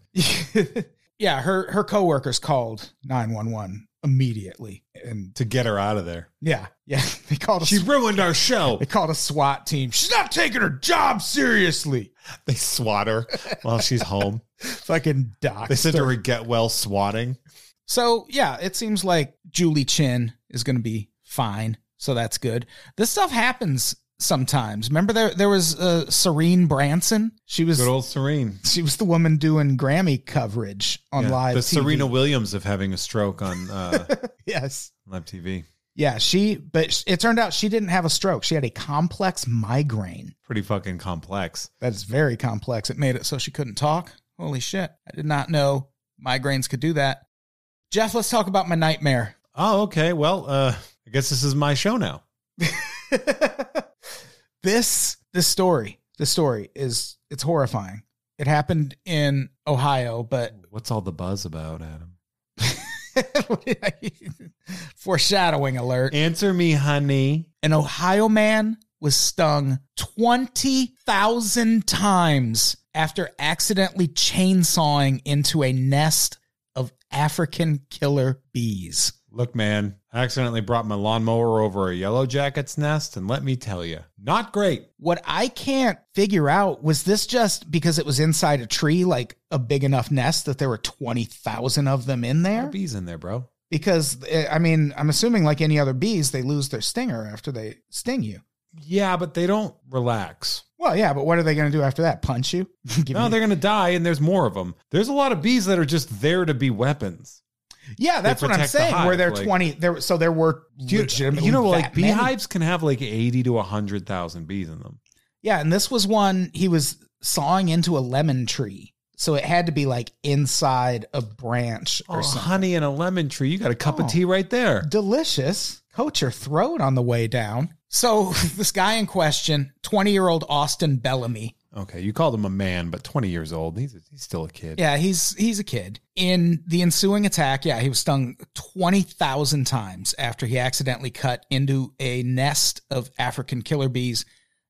[SPEAKER 1] yeah, her her coworkers called 911 immediately. And
[SPEAKER 2] to get her out of there.
[SPEAKER 1] yeah, yeah, they called a
[SPEAKER 2] She ruined our show.
[SPEAKER 1] They called a SWAT team. She's not taking her job seriously.
[SPEAKER 2] They swat her while she's home.
[SPEAKER 1] Fucking doc.
[SPEAKER 2] They said to her, get well swatting.
[SPEAKER 1] So yeah, it seems like Julie Chin is going to be fine. So that's good. This stuff happens sometimes. Remember there there was uh, Serene Branson. She was
[SPEAKER 2] Good old Serene.
[SPEAKER 1] she was the woman doing Grammy coverage on
[SPEAKER 2] Yeah.
[SPEAKER 1] live.
[SPEAKER 2] the
[SPEAKER 1] TV.
[SPEAKER 2] Serena Williams of having a stroke on uh,
[SPEAKER 1] Yes.
[SPEAKER 2] live TV.
[SPEAKER 1] Yeah, she. But it turned out she didn't have a stroke. She had a complex migraine.
[SPEAKER 2] Pretty fucking complex.
[SPEAKER 1] That is very complex. It made it so she couldn't talk. Holy shit. I did not know migraines could do that. Jeff, let's talk about my nightmare.
[SPEAKER 2] Oh, okay. Well, uh, I guess this is my show now.
[SPEAKER 1] this this story, this story is it's horrifying. It happened in Ohio, but
[SPEAKER 2] What's all the buzz about, Adam?
[SPEAKER 1] foreshadowing alert.
[SPEAKER 2] Answer me, honey.
[SPEAKER 1] An Ohio man was stung 20,000 times after accidentally chainsawing into a nest of African killer bees.
[SPEAKER 2] Look, man, I accidentally brought my lawnmower over a yellow jacket's nest, and let me tell you, not great.
[SPEAKER 1] What I can't figure out was this just because it was inside a tree, like a big enough nest that there were 20,000 of them in
[SPEAKER 2] There are
[SPEAKER 1] there?
[SPEAKER 2] bees in there, bro.
[SPEAKER 1] Because, eh, I mean, I'm assuming like any other bees, they lose their stinger after they sting you.
[SPEAKER 2] Yeah, but they don't relax.
[SPEAKER 1] Well, yeah, but what are they going to do after that? Punch you? Give
[SPEAKER 2] No,
[SPEAKER 1] me-
[SPEAKER 2] they're going to die, and there's more of them. There's a lot of bees that are just there to be weapons.
[SPEAKER 1] yeah, that's what I'm
[SPEAKER 2] protect the
[SPEAKER 1] saying. where
[SPEAKER 2] hive,
[SPEAKER 1] there
[SPEAKER 2] like-
[SPEAKER 1] 20, there, so there were
[SPEAKER 2] You,
[SPEAKER 1] legitimately.
[SPEAKER 2] you know, like
[SPEAKER 1] that many.
[SPEAKER 2] beehives can have like 80 to 100,000 bees in them.
[SPEAKER 1] Yeah, and this was one he was sawing into a lemon tree. So it had to be like inside a branch or
[SPEAKER 2] Oh,
[SPEAKER 1] something.
[SPEAKER 2] honey and a lemon tree. You got a cup
[SPEAKER 1] Oh.
[SPEAKER 2] of tea right there.
[SPEAKER 1] delicious. Coat your throat on the way down. So this guy in question, 20 year old Austin Bellamy.
[SPEAKER 2] Okay, you called him a man, but 20 years old. He's, he's still a kid.
[SPEAKER 1] Yeah, he's he's a kid. In the ensuing attack, yeah, he was stung 20,000 times after he accidentally cut into a nest of African killer bees.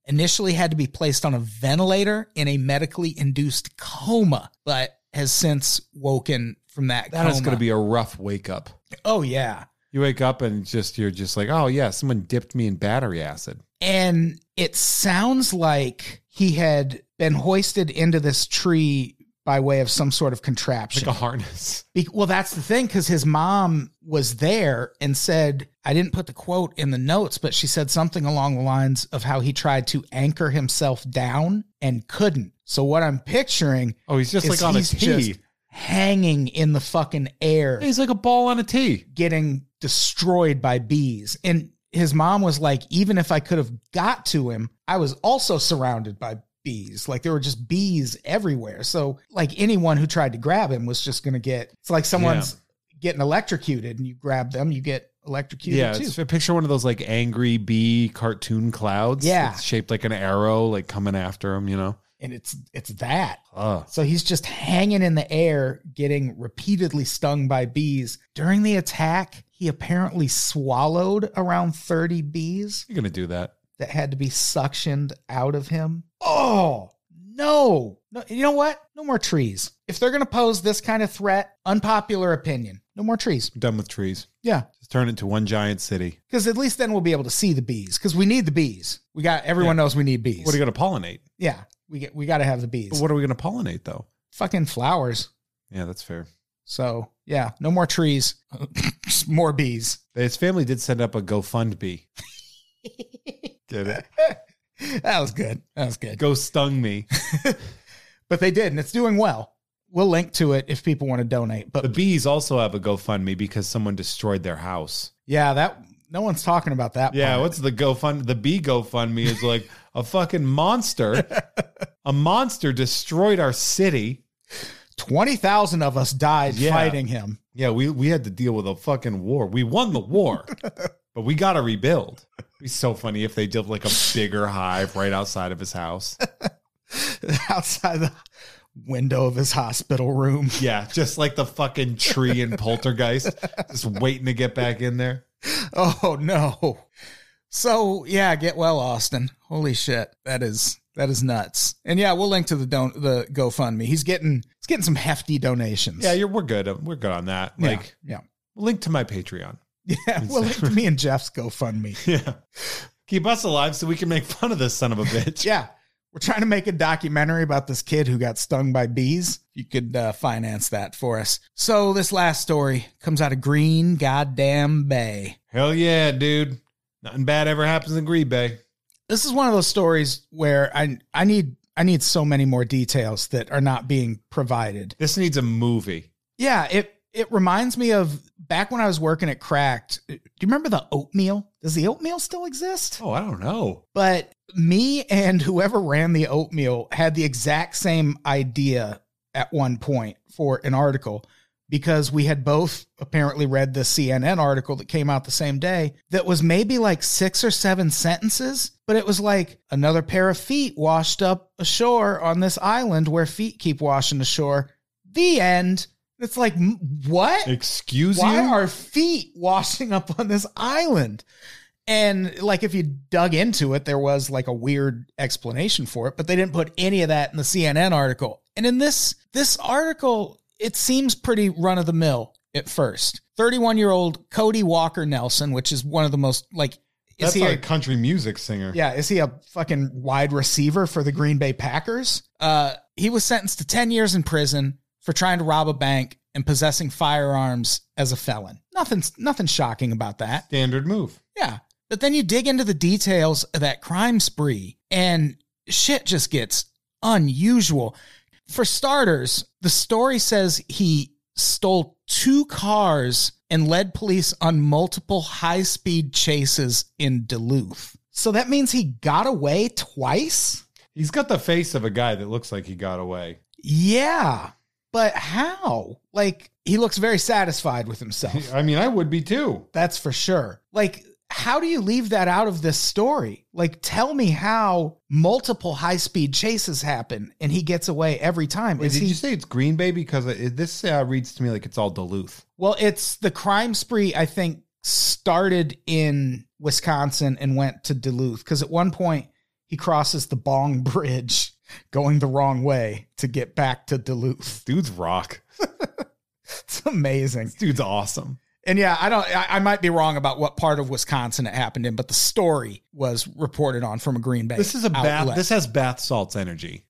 [SPEAKER 1] Initially had to be placed on a ventilator in a medically induced coma, but has since woken from that
[SPEAKER 2] That is
[SPEAKER 1] coma.
[SPEAKER 2] going to be a rough wake up.
[SPEAKER 1] Oh yeah.
[SPEAKER 2] You wake up and just you're just like, oh yeah, someone dipped me in battery acid.
[SPEAKER 1] and it sounds like he had been hoisted into this tree by way of some sort of contraption.
[SPEAKER 2] Like a harness.
[SPEAKER 1] Be- well, that's the thing because his mom was there and said, I didn't put the quote in the notes, but she said something along the lines of how he tried to anchor himself down and couldn't. So, what I'm picturing
[SPEAKER 2] Oh, he's just like
[SPEAKER 1] is
[SPEAKER 2] on a
[SPEAKER 1] he's
[SPEAKER 2] tee.
[SPEAKER 1] just hanging in the fucking air
[SPEAKER 2] He's like a ball on a tee.
[SPEAKER 1] getting destroyed by bees. And his mom was like, even if I could have got to him, I was also surrounded by bees. Like there were just bees everywhere. So like anyone who tried to grab him was just going to get, it's like someone's getting electrocuted and you grab them, you get electrocuted
[SPEAKER 2] yeah,
[SPEAKER 1] too.
[SPEAKER 2] it's, picture one of those like angry bee cartoon clouds.
[SPEAKER 1] Yeah.
[SPEAKER 2] that's shaped like an arrow, like coming after him. You know,
[SPEAKER 1] and it's it's that.
[SPEAKER 2] Ugh.
[SPEAKER 1] So he's just hanging in the air, getting repeatedly stung by bees. During the attack, he apparently swallowed around 30 bees
[SPEAKER 2] You're gonna do that.
[SPEAKER 1] that had to be suctioned out of him. Oh, no. no you know what? No more trees. If they're going to pose this kind of threat, unpopular opinion. No more trees.
[SPEAKER 2] I'm done with trees.
[SPEAKER 1] Yeah.
[SPEAKER 2] Just turn it into one giant city.
[SPEAKER 1] Because at least then we'll be able to see the bees because we need the bees. We got, everyone knows we need bees.
[SPEAKER 2] What are you gonna pollinate?
[SPEAKER 1] yeah. We, get, we got to have the bees.
[SPEAKER 2] But what are we gonna pollinate though?
[SPEAKER 1] Fucking flowers.
[SPEAKER 2] Yeah, that's fair.
[SPEAKER 1] So yeah, no more trees, more bees.
[SPEAKER 2] His family did set up a GoFundMe. Get it?
[SPEAKER 1] That was good. That was good.
[SPEAKER 2] Go stung me.
[SPEAKER 1] But they did, and it's doing well. We'll link to it if people want to donate.
[SPEAKER 2] The
[SPEAKER 1] But
[SPEAKER 2] bees also have a GoFundMe because someone destroyed their house.
[SPEAKER 1] yeah, that no one's talking about that.
[SPEAKER 2] Yeah,
[SPEAKER 1] part.
[SPEAKER 2] what's the GoFund? The bee GoFundMe is like a fucking monster. a monster destroyed our city.
[SPEAKER 1] twenty thousand of us died
[SPEAKER 2] Yeah.
[SPEAKER 1] fighting him.
[SPEAKER 2] Yeah, we we had to deal with a fucking war. We won the war, but we got to rebuild. It'd be so funny if they did like a bigger hive right outside of his house.
[SPEAKER 1] outside the window of his hospital room.
[SPEAKER 2] Yeah, just like the fucking tree in Poltergeist, just waiting to get back in there.
[SPEAKER 1] Oh no. So yeah, get well, Austin. Holy shit, that is that is nuts. And yeah, we'll link to the don the GoFundMe. He's getting he's getting some hefty donations.
[SPEAKER 2] Yeah, you're, we're good. Um, We're good on that.
[SPEAKER 1] Yeah,
[SPEAKER 2] Like,
[SPEAKER 1] yeah.
[SPEAKER 2] link to my Patreon.
[SPEAKER 1] Yeah, well, like me and Jeff's GoFundMe.
[SPEAKER 2] Yeah. Keep us alive so we can make fun of this son of a bitch.
[SPEAKER 1] Yeah, we're trying to make a documentary about this kid who got stung by bees. You could uh, finance that for us. So this last story comes out of Green Goddamn Bay.
[SPEAKER 2] Hell yeah, dude. Nothing bad ever happens in Green Bay.
[SPEAKER 1] This is one of those stories where I I need I need so many more details that are not being provided.
[SPEAKER 2] This needs a movie.
[SPEAKER 1] Yeah, it it reminds me of back when I was working at Cracked. Do you remember the oatmeal? Does the oatmeal still exist?
[SPEAKER 2] Oh, I don't know.
[SPEAKER 1] But me and whoever ran the oatmeal had the exact same idea at one point for an article because we had both apparently read the CNN article that came out the same day that was maybe like six or seven sentences, but it was like another pair of feet washed up ashore on this island where feet keep washing ashore. The end. It's like, m- what?
[SPEAKER 2] Excuse
[SPEAKER 1] why
[SPEAKER 2] you?
[SPEAKER 1] are feet washing up on this island? And like if you dug into it, there was like a weird explanation for it, but they didn't put any of that in the CNN article. And in this this article, it seems pretty run of the mill at first. 31 year old Cody Walker Nelson, which is one of the most like
[SPEAKER 2] That's
[SPEAKER 1] is he
[SPEAKER 2] like
[SPEAKER 1] a-
[SPEAKER 2] a country music singer.
[SPEAKER 1] yeah, is he a fucking wide receiver for the Green Bay Packers? Uh, he was sentenced to 10 years in prison for trying to rob a bank and possessing firearms as a felon. Nothing, nothing shocking about that.
[SPEAKER 2] Standard move.
[SPEAKER 1] Yeah. But then you dig into the details of that crime spree and shit just gets unusual. For starters, the story says he stole two cars and led police on multiple high speed chases in Duluth. So that means he got away twice?
[SPEAKER 2] He's got the face of a guy that looks like he got away.
[SPEAKER 1] Yeah. But how? Like, he looks very satisfied with himself.
[SPEAKER 2] I mean, I would be too.
[SPEAKER 1] That's for sure. Like, how do you leave that out of this story? Like, tell me how multiple high speed chases happen and he gets away every time.
[SPEAKER 2] Wait,
[SPEAKER 1] Is
[SPEAKER 2] did
[SPEAKER 1] he,
[SPEAKER 2] you say it's Green Bay? Because it, this uh, reads to me like it's all Duluth.
[SPEAKER 1] well, it's the crime spree, I think, started in Wisconsin and went to Duluth because at one point he crosses the Bong Bridge going the wrong way to get back to Duluth.
[SPEAKER 2] Dude's rock.
[SPEAKER 1] It's amazing.
[SPEAKER 2] This dude's awesome.
[SPEAKER 1] And yeah, I don't. I, I might be wrong about what part of Wisconsin it happened in, but the story was reported on from a Green Bay.
[SPEAKER 2] This is a bath.
[SPEAKER 1] outlet.
[SPEAKER 2] This has bath salts energy.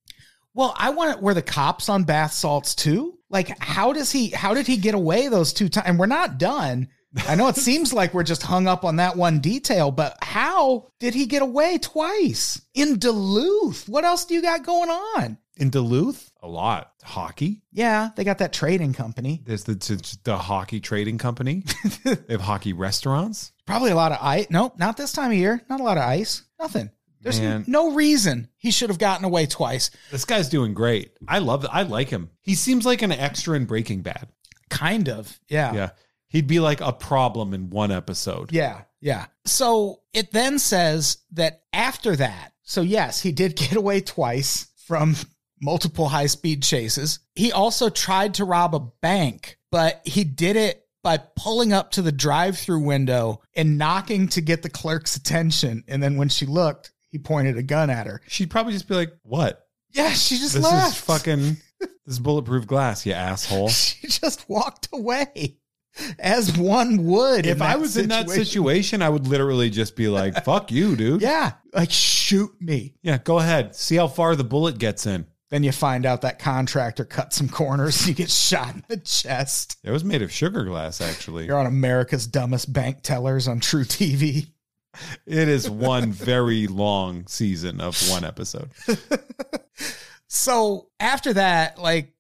[SPEAKER 1] Well, I want it. Were the cops on bath salts too? Like, how does he? How did he get away those two times? And we're not done. I know it seems like we're just hung up on that one detail, but how did he get away twice in Duluth? What else do you got going on?
[SPEAKER 2] In Duluth, a lot hockey.
[SPEAKER 1] Yeah, they got that trading company.
[SPEAKER 2] There's the the, the hockey trading company. they have hockey restaurants.
[SPEAKER 1] Probably a lot of ice. Nope, not this time of year. Not a lot of ice. Nothing. There's
[SPEAKER 2] Man.
[SPEAKER 1] no reason he should have gotten away twice.
[SPEAKER 2] This guy's doing great. I love. I like him. He seems like an extra in Breaking Bad.
[SPEAKER 1] Kind of. Yeah.
[SPEAKER 2] Yeah, he'd be like a problem in one episode.
[SPEAKER 1] Yeah, yeah. So it then says that after that, so yes, he did get away twice from multiple high speed chases. He also tried to rob a bank, but he did it by pulling up to the drive through window and knocking to get the clerk's attention. And then when she looked, he pointed a gun at her.
[SPEAKER 2] She'd probably just be like, "What?
[SPEAKER 1] Yeah, she just
[SPEAKER 2] this
[SPEAKER 1] left.
[SPEAKER 2] is fucking this bulletproof glass, you asshole."
[SPEAKER 1] She just walked away, as one would.
[SPEAKER 2] if I was in that situation, I would literally just be like, "Fuck you, dude."
[SPEAKER 1] yeah, like shoot me.
[SPEAKER 2] Yeah, go ahead. See how far the bullet gets in.
[SPEAKER 1] Then you find out that contractor cut some corners. You get shot in the chest.
[SPEAKER 2] It was made of sugar glass, actually.
[SPEAKER 1] You're on America's Dumbest Bank Tellers on True TV.
[SPEAKER 2] It is one very long season of one episode.
[SPEAKER 1] So after that, like,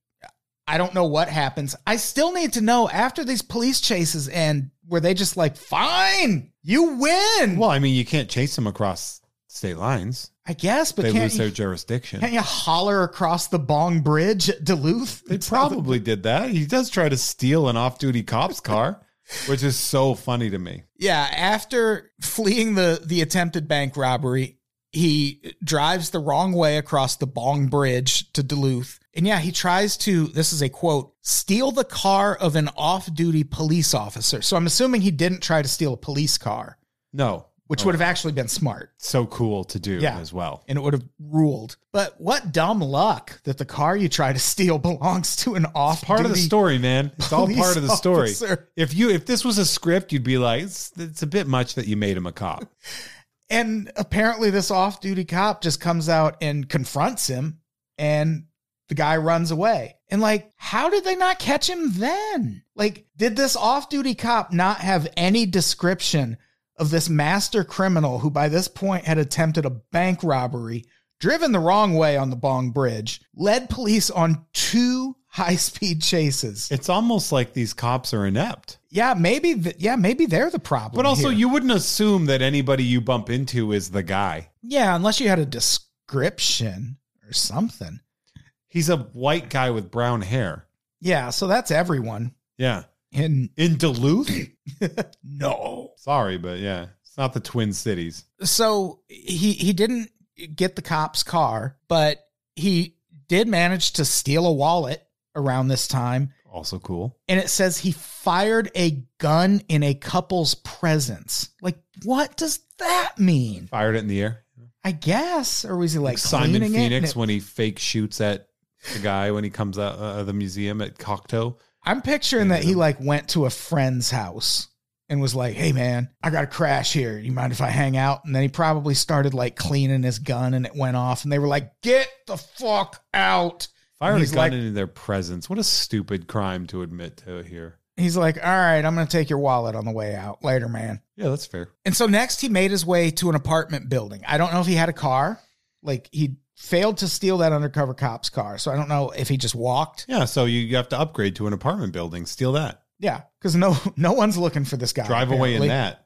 [SPEAKER 1] I don't know what happens. I still need to know after these police chases end, were they just like, fine, you win?
[SPEAKER 2] Well, I mean, you can't chase them across state lines.
[SPEAKER 1] I guess, but
[SPEAKER 2] they
[SPEAKER 1] can't
[SPEAKER 2] lose
[SPEAKER 1] you,
[SPEAKER 2] their jurisdiction.
[SPEAKER 1] can't you holler across the Bong Bridge at Duluth?
[SPEAKER 2] They probably did that. He does try to steal an off-duty cop's car, which is so funny to me.
[SPEAKER 1] Yeah, after fleeing the the attempted bank robbery, he drives the wrong way across the Bong Bridge to Duluth. And yeah, he tries to, this is a quote, steal the car of an off duty police officer. So I'm assuming he didn't try to steal a police car,
[SPEAKER 2] No,
[SPEAKER 1] which
[SPEAKER 2] Oh,
[SPEAKER 1] would have actually been smart
[SPEAKER 2] so cool to do
[SPEAKER 1] Yeah.
[SPEAKER 2] as well.
[SPEAKER 1] and it would have ruled. But what dumb luck that the car you try to steal belongs to an off
[SPEAKER 2] Part of the story, man. It's all part of the story. If you if this was a script, you'd be like, it's, it's a bit much that you made him a cop.
[SPEAKER 1] And apparently, this off duty cop just comes out and confronts him, and the guy runs away. And, like, how did they not catch him then? Like, did this off duty cop not have any description of this master criminal who, by this point, had attempted a bank robbery, driven the wrong way on the Bong Bridge, led police on two high speed chases?
[SPEAKER 2] It's almost like these cops are inept.
[SPEAKER 1] Yeah, maybe, th- yeah, maybe they're the problem.
[SPEAKER 2] But also,
[SPEAKER 1] here.
[SPEAKER 2] you wouldn't assume that anybody you bump into is the guy.
[SPEAKER 1] yeah, unless you had a description or something.
[SPEAKER 2] He's a white guy with brown hair.
[SPEAKER 1] Yeah, so that's everyone.
[SPEAKER 2] Yeah.
[SPEAKER 1] And
[SPEAKER 2] In Duluth?
[SPEAKER 1] no.
[SPEAKER 2] Sorry, but yeah. It's not the Twin Cities.
[SPEAKER 1] So he he didn't get the cop's car, but he did manage to steal a wallet around this time.
[SPEAKER 2] Also cool.
[SPEAKER 1] And it says he fired a gun in a couple's presence. Like, what does that mean?
[SPEAKER 2] Fired it in the air.
[SPEAKER 1] I guess, or was he like,
[SPEAKER 2] Like Simon
[SPEAKER 1] cleaning it and
[SPEAKER 2] Phoenix
[SPEAKER 1] it-
[SPEAKER 2] when he fake shoots at the guy when he comes out uh, of the museum at Cocteau.
[SPEAKER 1] I'm picturing that he like went to a friend's house and was like, "Hey man, I got a crash here. You mind if I hang out?" And then he probably started like cleaning his gun and it went off and they were like, "Get the fuck out."
[SPEAKER 2] Fired a
[SPEAKER 1] He's
[SPEAKER 2] gun
[SPEAKER 1] like-
[SPEAKER 2] into their presence. What a stupid crime to admit to here.
[SPEAKER 1] He's like, "All right, I'm going to take your wallet on the way out. Later, man."
[SPEAKER 2] Yeah, that's fair.
[SPEAKER 1] And so next he made his way to an apartment building. I don't know if he had a car. Like he failed to steal that undercover cop's car. So I don't know if he just walked.
[SPEAKER 2] Yeah, so you you have to upgrade to an apartment building. Steal that.
[SPEAKER 1] Yeah, cuz no no one's looking for this guy.
[SPEAKER 2] Drive away in
[SPEAKER 1] apparently.
[SPEAKER 2] that.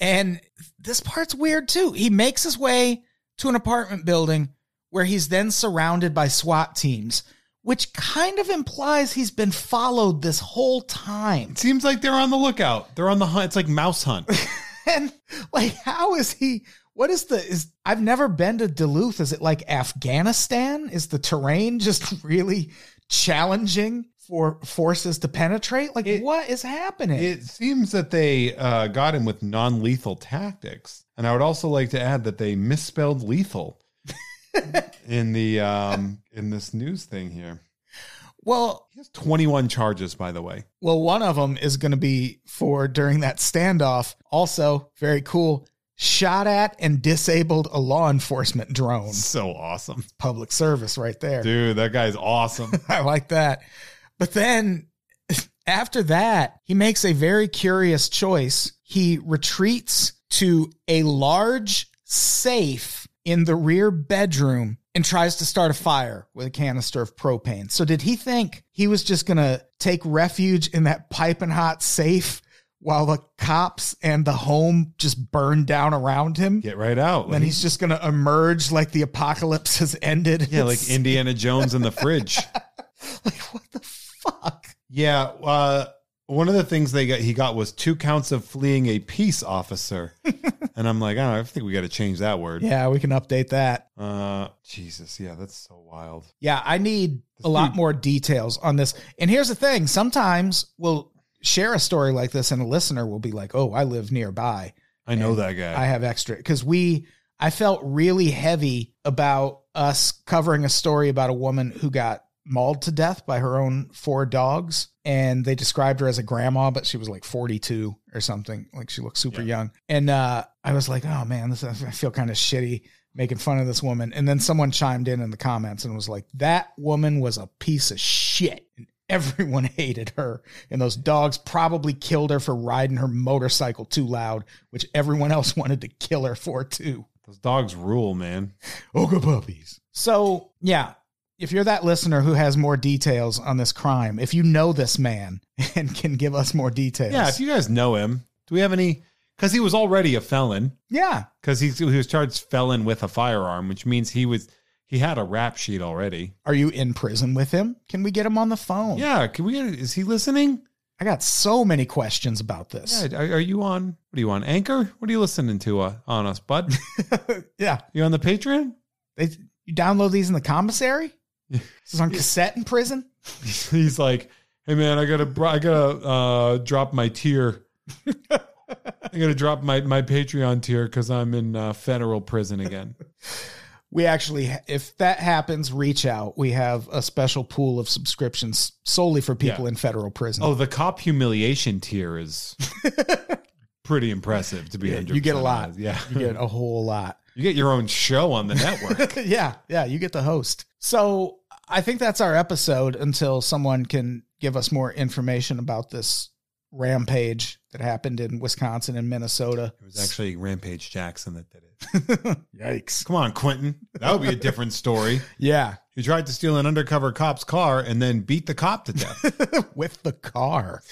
[SPEAKER 1] And this part's weird too. He makes his way to an apartment building where he's then surrounded by SWAT teams, which kind of implies he's been followed this whole time.
[SPEAKER 2] It seems like they're on the lookout. They're on the hunt. It's like mouse hunt.
[SPEAKER 1] And like, how is he? What is the is I've never been to Duluth. Is it like Afghanistan? Is the terrain just really challenging for forces to penetrate? Like
[SPEAKER 2] It-
[SPEAKER 1] what is happening?
[SPEAKER 2] It seems that they uh, got him with non lethal tactics. And I would also like to add that they misspelled lethal in the um, in this news thing here.
[SPEAKER 1] well,
[SPEAKER 2] He has 21 charges, by the way.
[SPEAKER 1] Well, one of them is going to be for during that standoff. Also, very cool. Shot at and disabled a law enforcement drone.
[SPEAKER 2] So awesome.
[SPEAKER 1] Public service right there.
[SPEAKER 2] Dude, that guy's awesome.
[SPEAKER 1] I like that. But then after that, he makes a very curious choice. He retreats to a large safe in the rear bedroom and tries to start a fire with a canister of propane. So, did he think he was just going to take refuge in that piping hot safe while the cops and the home just burn down around him?
[SPEAKER 2] Get right out.
[SPEAKER 1] Then he's just going to emerge like the apocalypse has ended.
[SPEAKER 2] yeah, like
[SPEAKER 1] It's-
[SPEAKER 2] Indiana Jones in the fridge.
[SPEAKER 1] like, what the fuck?
[SPEAKER 2] Yeah, uh, One of the things they got he got was two counts of fleeing a peace officer, and I'm like, oh, I think we got to change that word.
[SPEAKER 1] Yeah, we can update that.
[SPEAKER 2] Uh, Jesus, yeah, that's so wild.
[SPEAKER 1] Yeah, I need a lot more details on this. And here's the thing sometimes we'll share a story like this, and a listener will be like, oh, I live nearby.
[SPEAKER 2] I know
[SPEAKER 1] And
[SPEAKER 2] that guy.
[SPEAKER 1] I have extra because we I felt really heavy about us covering a story about a woman who got mauled to death by her own four dogs and they described her as a grandma but she was like 42 or something like she looked super young and uh I was like oh man this I feel kind of shitty making fun of this woman and then someone chimed in in the comments and was like that woman was a piece of shit and everyone hated her and those dogs probably killed her for riding her motorcycle too loud which everyone else wanted to kill her for too
[SPEAKER 2] Those dogs rule, man.
[SPEAKER 1] Oga puppies. So, yeah, if you're that listener who has more details on this crime, if you know this man and can give us more details.
[SPEAKER 2] Yeah, if you guys know him, do we have any? Because he was already a felon.
[SPEAKER 1] yeah.
[SPEAKER 2] Because he was charged felon with a firearm, which means he was he had a rap sheet already.
[SPEAKER 1] Are you in prison with him? Can we get him on the phone?
[SPEAKER 2] Yeah, can we? Is he listening?
[SPEAKER 1] I got so many questions about this.
[SPEAKER 2] Yeah, are, are you on? What are you on? Anchor? What are you listening to uh, on us, bud?
[SPEAKER 1] Yeah.
[SPEAKER 2] You on the Patreon?
[SPEAKER 1] They, you download these in the commissary? this is on cassette in prison?
[SPEAKER 2] He's like, hey man, I gotta, br- I gotta uh, drop my tier. I gotta drop my my Patreon tier because I'm in uh, federal prison again.
[SPEAKER 1] we actually if that happens reach out we have a special pool of subscriptions solely for people
[SPEAKER 2] Yeah.
[SPEAKER 1] in federal prison
[SPEAKER 2] Oh, the cop humiliation tier is pretty impressive, to be
[SPEAKER 1] Yeah,
[SPEAKER 2] honest.
[SPEAKER 1] you get a lot
[SPEAKER 2] Yeah,
[SPEAKER 1] you get a whole lot
[SPEAKER 2] you get your own show on the network.
[SPEAKER 1] yeah yeah you get the host so i think that's our episode until someone can give us more information about this rampage that happened in wisconsin and minnesota
[SPEAKER 2] It was actually Rampage Jackson that did it.
[SPEAKER 1] yikes
[SPEAKER 2] Come on, Quentin. That would be a different story.
[SPEAKER 1] yeah
[SPEAKER 2] He tried to steal an undercover cop's car and then beat the cop to death.
[SPEAKER 1] with the car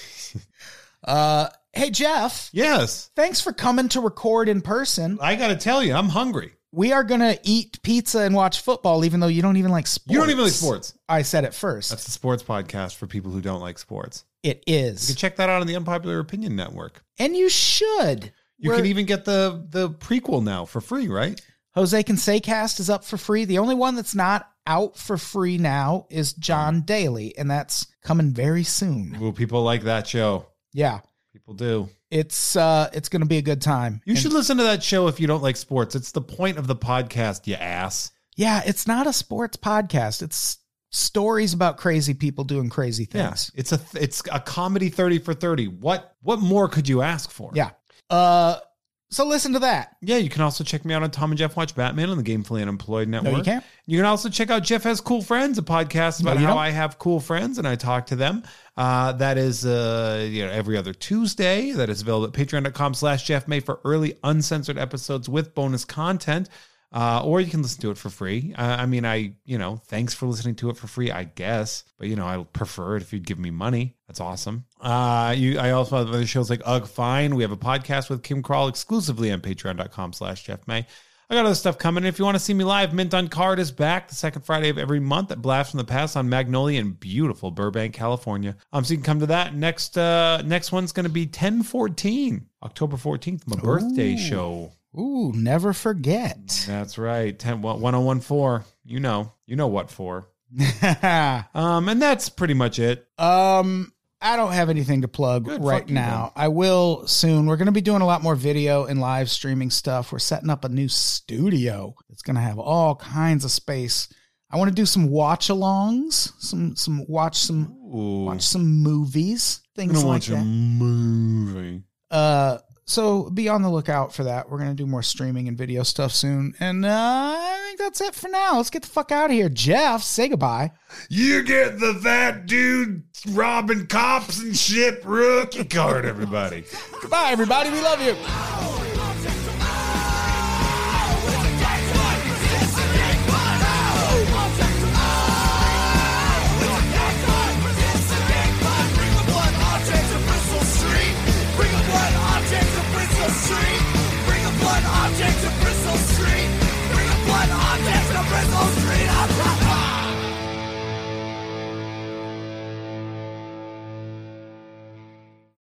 [SPEAKER 1] uh hey jeff
[SPEAKER 2] yes.
[SPEAKER 1] thanks for coming to record in person
[SPEAKER 2] I got to tell you, I'm hungry.
[SPEAKER 1] we are gonna eat pizza and watch football, even though you don't even like sports.
[SPEAKER 2] You don't even like sports.
[SPEAKER 1] I said it first.
[SPEAKER 2] That's the sports podcast for people who don't like sports.
[SPEAKER 1] it
[SPEAKER 2] You can
[SPEAKER 1] is,
[SPEAKER 2] check that out on the Unpopular Opinion Network.
[SPEAKER 1] and you should.
[SPEAKER 2] You
[SPEAKER 1] We're-
[SPEAKER 2] can even get the the prequel now for free, right?
[SPEAKER 1] Jose Canseacast is up for free. The only one that's not out for free now is
[SPEAKER 2] Mm.
[SPEAKER 1] John Daly, and that's coming very soon.
[SPEAKER 2] Well, people like that show.
[SPEAKER 1] Yeah,
[SPEAKER 2] People do.
[SPEAKER 1] it's uh, it's gonna be a good time.
[SPEAKER 2] You
[SPEAKER 1] And-
[SPEAKER 2] should listen to that show if you don't like sports. It's the point of the podcast, you ass.
[SPEAKER 1] Yeah, it's not a sports podcast. It's stories about crazy people doing crazy things.
[SPEAKER 2] Yeah. It's a it's a comedy 30 for 30. What what more could you ask for?
[SPEAKER 1] Yeah. Uh, so listen to that.
[SPEAKER 2] Yeah, you can also check me out on Tom and Jeff Watch Batman on the Gamefully Unemployed Network.
[SPEAKER 1] you can't.
[SPEAKER 2] You can also check out Jeff Has Cool Friends, a podcast about
[SPEAKER 1] you
[SPEAKER 2] how
[SPEAKER 1] don't.
[SPEAKER 2] I have cool friends and I talk to them. Uh, that is uh, you know, every other Tuesday. That is available at patreon.com slash Jeff May for early uncensored episodes with bonus content. Uh, or you can listen to it for free. Uh, I mean, I, you know, thanks for listening to it for free, I guess. But, you know, I prefer it if you'd give me money. That's awesome. Uh, you, I also have other shows like Ugh Fine. We have a podcast with Kim Crawl exclusively on patreon.com slash Jeff May. I got other stuff coming. If you want to see me live, Mint on Card is back the second Friday of every month at Blast from the Past on Magnolia in beautiful Burbank, California. Um, so you can come to that. Next, uh, next one's going to be ten fourteen, October 14th, my birthday show.
[SPEAKER 1] Ooh, never forget.
[SPEAKER 2] That's right. 10, 1014. You know, you know what for. Um, and that's pretty much it.
[SPEAKER 1] Um, I don't have anything to plug
[SPEAKER 2] Good,
[SPEAKER 1] right
[SPEAKER 2] fuck you
[SPEAKER 1] now. I will soon. We're going to be doing a lot more video and live streaming stuff. We're setting up a new studio. It's going to have all kinds of space. I want to do some watch alongs, some some watch some
[SPEAKER 2] Ooh,
[SPEAKER 1] watch some movies,
[SPEAKER 2] I'm
[SPEAKER 1] things
[SPEAKER 2] gonna
[SPEAKER 1] like
[SPEAKER 2] watch
[SPEAKER 1] that.
[SPEAKER 2] a movie.
[SPEAKER 1] Uh, so be on the lookout for that. We're going to do more streaming and video stuff soon. And uh, I think that's it for now. Let's get the fuck out of here. Jeff, say goodbye.
[SPEAKER 2] You get the fat dude robbing cops and shit rookie card, everybody.
[SPEAKER 1] Goodbye, everybody. We love you.
[SPEAKER 3] Oh,